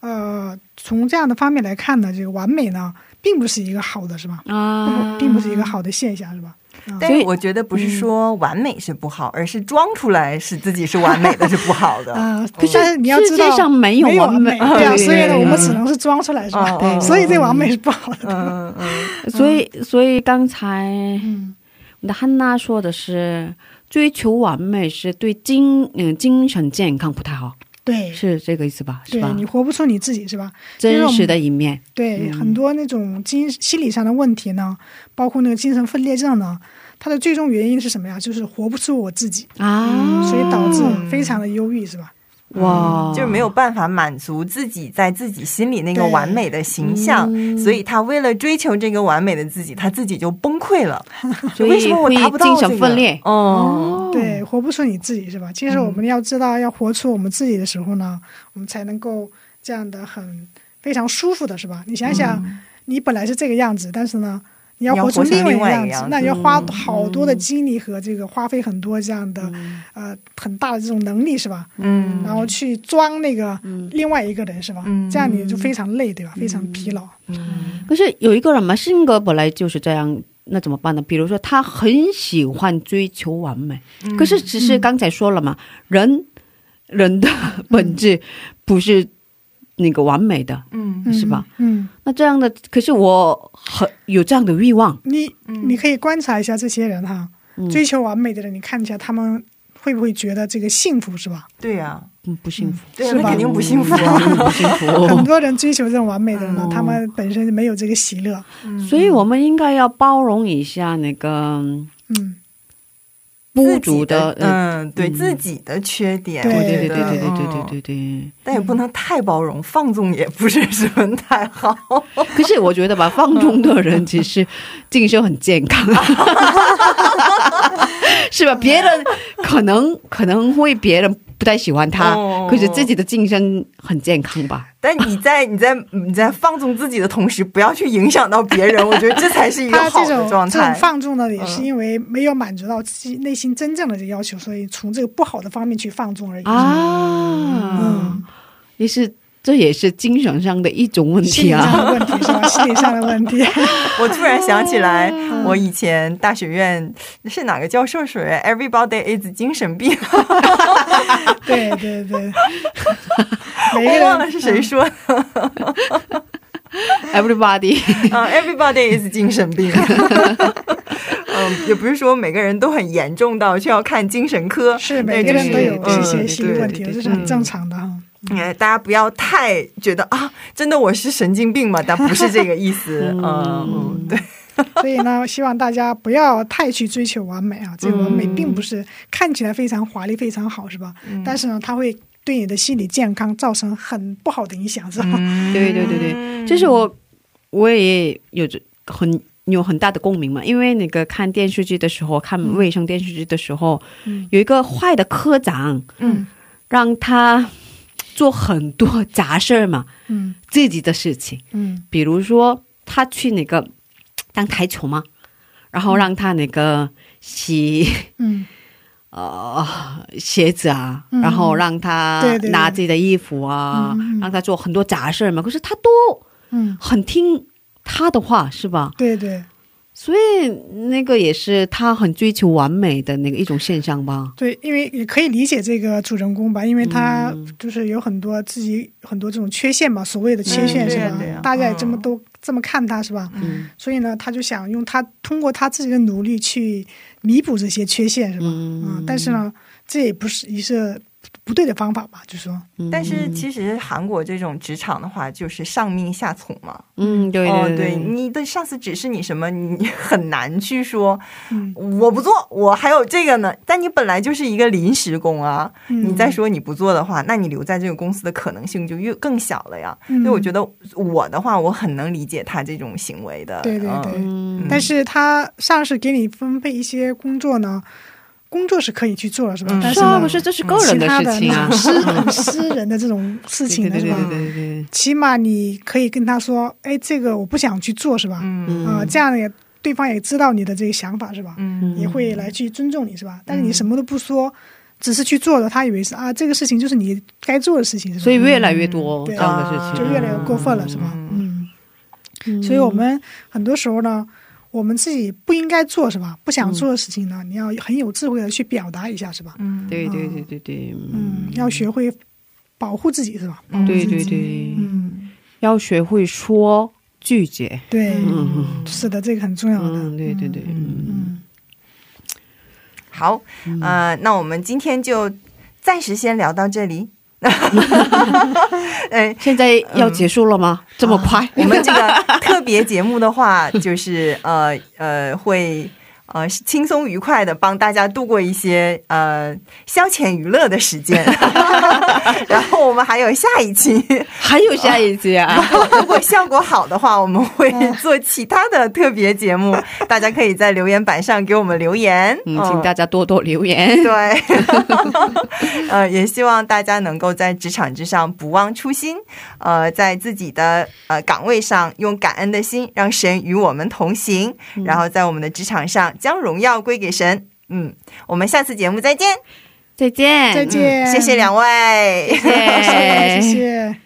[SPEAKER 3] 呃，从这样的方面来看呢，这个完美呢，并不是一个好的，是吧？
[SPEAKER 2] 啊，
[SPEAKER 3] 并不是一个好的现象，是吧？
[SPEAKER 1] 但是我觉得不是
[SPEAKER 2] 嗯
[SPEAKER 1] 说完美是不好，而是装出来是自己是完美的是不好的。
[SPEAKER 3] 啊、必须是你要
[SPEAKER 2] 世
[SPEAKER 3] 知道
[SPEAKER 2] 界上没有
[SPEAKER 3] 没有
[SPEAKER 2] 完美
[SPEAKER 3] 对啊，
[SPEAKER 2] 哦 对
[SPEAKER 3] 所以呢，
[SPEAKER 2] 对
[SPEAKER 3] 我们
[SPEAKER 2] 嗯哦
[SPEAKER 3] 只能是装出来，是吧？
[SPEAKER 1] 嗯嗯
[SPEAKER 3] 所以这完美是不好的。
[SPEAKER 1] 嗯嗯
[SPEAKER 2] 所以所以刚才
[SPEAKER 3] 嗯，
[SPEAKER 2] 我的汉娜说的是，追求完美是对精嗯精神健康不太好，
[SPEAKER 3] 对，
[SPEAKER 2] 是这个意思吧？是
[SPEAKER 3] 对
[SPEAKER 2] 吧
[SPEAKER 3] 你？活不出你自己，是吧？
[SPEAKER 2] 真实的一面，
[SPEAKER 3] 对，很多那种精心理上的问题呢，包括那个精神分裂症呢，它的最终原因是什么呀？就是活不出我自己，
[SPEAKER 2] 啊，
[SPEAKER 3] 所以导致非常的忧郁，是吧？
[SPEAKER 2] 哇，
[SPEAKER 1] 嗯就是没有办法满足自己在自己心里那个
[SPEAKER 3] 对
[SPEAKER 1] 完美的形象，
[SPEAKER 2] 嗯
[SPEAKER 1] 所以他为了追求这个完美的自己，他自己就崩溃了。
[SPEAKER 2] 所
[SPEAKER 1] 为什
[SPEAKER 2] 以
[SPEAKER 1] 么我
[SPEAKER 2] 会
[SPEAKER 1] 达不到、这
[SPEAKER 2] 精
[SPEAKER 1] 个、
[SPEAKER 2] 神分裂。
[SPEAKER 1] 哦，嗯
[SPEAKER 3] 对，活不出你自己，是吧？其实我们要知道，要活出我们自己的时候呢，我们才能够这样的很非常舒服的，是吧？你想想，
[SPEAKER 1] 嗯
[SPEAKER 3] 你本来是这个样子，但是呢。你要
[SPEAKER 1] 你要
[SPEAKER 3] 活出
[SPEAKER 1] 活成
[SPEAKER 3] 另外一
[SPEAKER 1] 另外
[SPEAKER 3] 个
[SPEAKER 1] 一
[SPEAKER 3] 样
[SPEAKER 1] 个样
[SPEAKER 3] 子
[SPEAKER 1] 子，
[SPEAKER 3] 那你要花好多的精力和这个花费很多这样的、呃很大的这种能力是吧？
[SPEAKER 1] 嗯
[SPEAKER 3] 然后去装那个另外一个人是吧？
[SPEAKER 1] 嗯
[SPEAKER 3] 这样你就非常累对吧？非常疲劳。
[SPEAKER 1] 嗯
[SPEAKER 2] 可是有一个人嘛，性格本来就是这样，那怎么办呢？比如说他很喜欢追求完美，
[SPEAKER 1] 嗯
[SPEAKER 2] 可是只是刚才说了嘛，人人的
[SPEAKER 1] 嗯
[SPEAKER 2] 本质不是那个完美的，
[SPEAKER 1] 嗯
[SPEAKER 3] 嗯
[SPEAKER 2] 是吧？
[SPEAKER 3] 嗯，
[SPEAKER 2] 那这样的，可是我很有这样的欲望，
[SPEAKER 3] 你
[SPEAKER 1] 嗯
[SPEAKER 3] 你可以观察一下这些人哈，
[SPEAKER 2] 嗯
[SPEAKER 3] 追求完美的人，你看一下他们会不会觉得这个幸福是吧？
[SPEAKER 1] 对呀、
[SPEAKER 2] 嗯，不幸福，
[SPEAKER 1] 对啊，
[SPEAKER 3] 是吧
[SPEAKER 1] 那肯定不幸福
[SPEAKER 2] 嗯
[SPEAKER 1] 啊。
[SPEAKER 2] 不幸福。
[SPEAKER 3] 很多人追求这种完美的人呢
[SPEAKER 1] 哦
[SPEAKER 2] 嗯，
[SPEAKER 3] 他们本身没有这个喜乐。
[SPEAKER 1] 嗯
[SPEAKER 2] 所以我们应该要包容一下那个
[SPEAKER 3] 嗯，
[SPEAKER 2] 不足
[SPEAKER 1] 的，
[SPEAKER 2] 呃
[SPEAKER 1] 嗯，对自己的缺点，
[SPEAKER 3] 对
[SPEAKER 1] 我
[SPEAKER 2] 对
[SPEAKER 1] 觉
[SPEAKER 2] 对对
[SPEAKER 1] 得
[SPEAKER 2] 对对对
[SPEAKER 1] 嗯
[SPEAKER 2] 对对对。
[SPEAKER 1] 但也不能太包容，放纵也不是什么太好。
[SPEAKER 2] 可是我觉得吧，放纵的人其实精神很健康， 是吧？别人可能可能会别人不太喜欢他，
[SPEAKER 1] 哦
[SPEAKER 2] 可是自己的精神很健康吧？
[SPEAKER 1] 但你在你在你在放纵自己的同时，不要去影响到别人，我觉得这才是一个
[SPEAKER 3] 他
[SPEAKER 1] 好
[SPEAKER 3] 这
[SPEAKER 1] 的
[SPEAKER 3] 种
[SPEAKER 1] 状
[SPEAKER 3] 这种
[SPEAKER 1] 态。
[SPEAKER 3] 放纵呢，也是因为没有满足到自己内心真正的要求，所以从这个不好的方面去放纵而已。
[SPEAKER 1] 哦
[SPEAKER 2] 啊，
[SPEAKER 3] 嗯，
[SPEAKER 2] 也是，这也是精神上的一种问
[SPEAKER 3] 心理
[SPEAKER 2] 题
[SPEAKER 3] 上
[SPEAKER 2] 啊。
[SPEAKER 3] 的问题是吧？心理上的 问题。
[SPEAKER 1] 我突然想起 来，
[SPEAKER 2] 嗯
[SPEAKER 1] 我以前大学院是哪个教授说的？Everybody is 精神病，
[SPEAKER 3] 对对对，
[SPEAKER 2] 哎
[SPEAKER 3] 每个
[SPEAKER 1] 我
[SPEAKER 3] 人
[SPEAKER 1] 忘了是
[SPEAKER 2] 嗯
[SPEAKER 1] 谁说的。
[SPEAKER 2] Everybody，
[SPEAKER 1] 啊、e v e r y b o d y is 精神病。 嗯，也不是说每个人都很严重到需要看精神科，
[SPEAKER 3] 是
[SPEAKER 1] 那
[SPEAKER 3] 每个
[SPEAKER 1] 就
[SPEAKER 3] 人都有
[SPEAKER 1] 是
[SPEAKER 3] 这些
[SPEAKER 1] 嗯
[SPEAKER 3] 心理问题，
[SPEAKER 2] 对对对
[SPEAKER 3] 这是很正常的哈。
[SPEAKER 1] 哎，大家不要 太觉得啊，真的我是神经病嘛，但不是这个意思。嗯，嗯对，
[SPEAKER 3] 所以呢，希望大家不要太去追求完美啊，
[SPEAKER 1] 嗯
[SPEAKER 3] 这个完美并不是看起来非常华丽、非常好，是吧？
[SPEAKER 1] 嗯
[SPEAKER 3] 嗯但是呢，它会对你的心理健康造成很不好的影响，是吧？
[SPEAKER 1] 嗯
[SPEAKER 2] 对对对对，
[SPEAKER 3] 嗯
[SPEAKER 2] 就是我我也有着很有很大的共鸣嘛，因为那个看电视剧的时候，看卫生电视剧的时候，
[SPEAKER 3] 嗯
[SPEAKER 2] 有一个坏的科长
[SPEAKER 3] 嗯
[SPEAKER 2] 让他做很多杂事儿嘛，
[SPEAKER 3] 嗯
[SPEAKER 2] 自己的事情，
[SPEAKER 3] 嗯
[SPEAKER 2] 比如说他去那个当台球嘛，然后让他那个洗。
[SPEAKER 3] 嗯
[SPEAKER 2] 鞋子啊，
[SPEAKER 3] 嗯
[SPEAKER 2] 然后让他
[SPEAKER 3] 对对对
[SPEAKER 2] 拿自己的衣服啊，
[SPEAKER 3] 嗯嗯嗯
[SPEAKER 2] 让他做很多杂事儿嘛。可是他都
[SPEAKER 3] 嗯，
[SPEAKER 2] 很听他的话，是吧？
[SPEAKER 3] 对对
[SPEAKER 2] 所以那个也是他很追求完美的那个一种现象吧。
[SPEAKER 3] 对，因为也可以理解这个主人公吧，因为他
[SPEAKER 1] 嗯
[SPEAKER 3] 就是有很多自己很多这种缺陷嘛，所谓的缺
[SPEAKER 1] 嗯
[SPEAKER 3] 陷是
[SPEAKER 1] 对呀
[SPEAKER 3] 吧
[SPEAKER 1] 对呀？
[SPEAKER 3] 大家也这么
[SPEAKER 1] 嗯
[SPEAKER 3] 都这么看他是吧？
[SPEAKER 2] 嗯
[SPEAKER 3] 所以呢，他就想用他通过他自己的努力去弥补这些缺陷，是吧？啊、
[SPEAKER 2] 嗯
[SPEAKER 3] 但是呢，这也不是一个不对的方法吧？就说，
[SPEAKER 1] 但是其实韩国这种职场的话，就是上命下从嘛。
[SPEAKER 2] 嗯，对
[SPEAKER 1] 哦，
[SPEAKER 2] 对
[SPEAKER 1] 对，你的上司指示你什么，你 很难去说
[SPEAKER 3] 嗯，
[SPEAKER 1] 我不做，我还有这个呢。但你本来就是一个临时工啊，
[SPEAKER 3] 嗯
[SPEAKER 1] 你再说你不做的话，那你留在这个公司的可能性就越更小了呀。
[SPEAKER 3] 嗯
[SPEAKER 1] 所以我觉得我的话，我很能理解他这种行为的。
[SPEAKER 3] 对对
[SPEAKER 1] 嗯
[SPEAKER 3] 对。
[SPEAKER 2] 嗯
[SPEAKER 3] 但是他上司给你分配一些工作呢，工作是可以去做了，是吧？
[SPEAKER 1] 嗯
[SPEAKER 3] 但
[SPEAKER 2] 是
[SPEAKER 3] 呢
[SPEAKER 2] 啊，不是这是个人
[SPEAKER 3] 其他
[SPEAKER 2] 事情啊
[SPEAKER 3] 那，种私很 私人嗯的这种事情啊
[SPEAKER 2] 对对
[SPEAKER 3] 呢，是
[SPEAKER 2] 对
[SPEAKER 3] 吧
[SPEAKER 2] 对？对对，
[SPEAKER 3] 起码你可以跟他说，哎，这个我不想去做，是吧？啊、
[SPEAKER 1] 嗯
[SPEAKER 2] 嗯
[SPEAKER 3] 这样也对方也知道你的这个想法，是吧？
[SPEAKER 1] 嗯
[SPEAKER 3] 也会来去尊重你，是吧？但是你什么都不说，只是去做了，他以为是啊，这个事情就是你该做的事情，是吧？
[SPEAKER 2] 所以越来越多这
[SPEAKER 3] 对
[SPEAKER 2] 样的事情，
[SPEAKER 3] 啊就越来越过分了，是吧？嗯，所以我们很多时候呢，我们自己不应该做，是吧？不想做的事情呢，你要很有智慧的去表达一下，是吧？
[SPEAKER 1] 嗯，
[SPEAKER 2] 对对对对对，
[SPEAKER 3] 嗯，要学会保护自己，是吧？保护
[SPEAKER 2] 对
[SPEAKER 3] 自己
[SPEAKER 2] 对，对，
[SPEAKER 3] 嗯，
[SPEAKER 2] 要学会说拒绝。
[SPEAKER 3] 对，
[SPEAKER 2] 嗯
[SPEAKER 3] 是的，这个很重要的。
[SPEAKER 2] 嗯，对对对，嗯
[SPEAKER 3] 嗯，
[SPEAKER 1] 好，呃，那我们今天就暂时先聊到这里。嗯，
[SPEAKER 2] 现在要结束了吗？这么快？
[SPEAKER 1] 啊我 们这 个特别节目的话，就是呃呃会。呃，轻松愉快的帮大家度过一些呃消遣娱乐的时间， 然后我们还有下一期，
[SPEAKER 2] 还有下一集啊？
[SPEAKER 1] 如果效果好的话，我们会做其他的特别节目，大家可以在留言板上给我们留言，
[SPEAKER 2] 嗯，请
[SPEAKER 1] 家
[SPEAKER 2] 大家多多留言。
[SPEAKER 1] 对， 呃，也希望大家能够在职场之上不忘初心，呃，在自己的呃岗位上用感恩的心，让神与我们同行，然后在我们的职场上将荣耀归给神。嗯，我们下次节目再见，
[SPEAKER 2] 再见，
[SPEAKER 3] 再见，
[SPEAKER 1] 嗯谢谢两位。
[SPEAKER 2] 谢谢，
[SPEAKER 3] 谢谢，谢谢。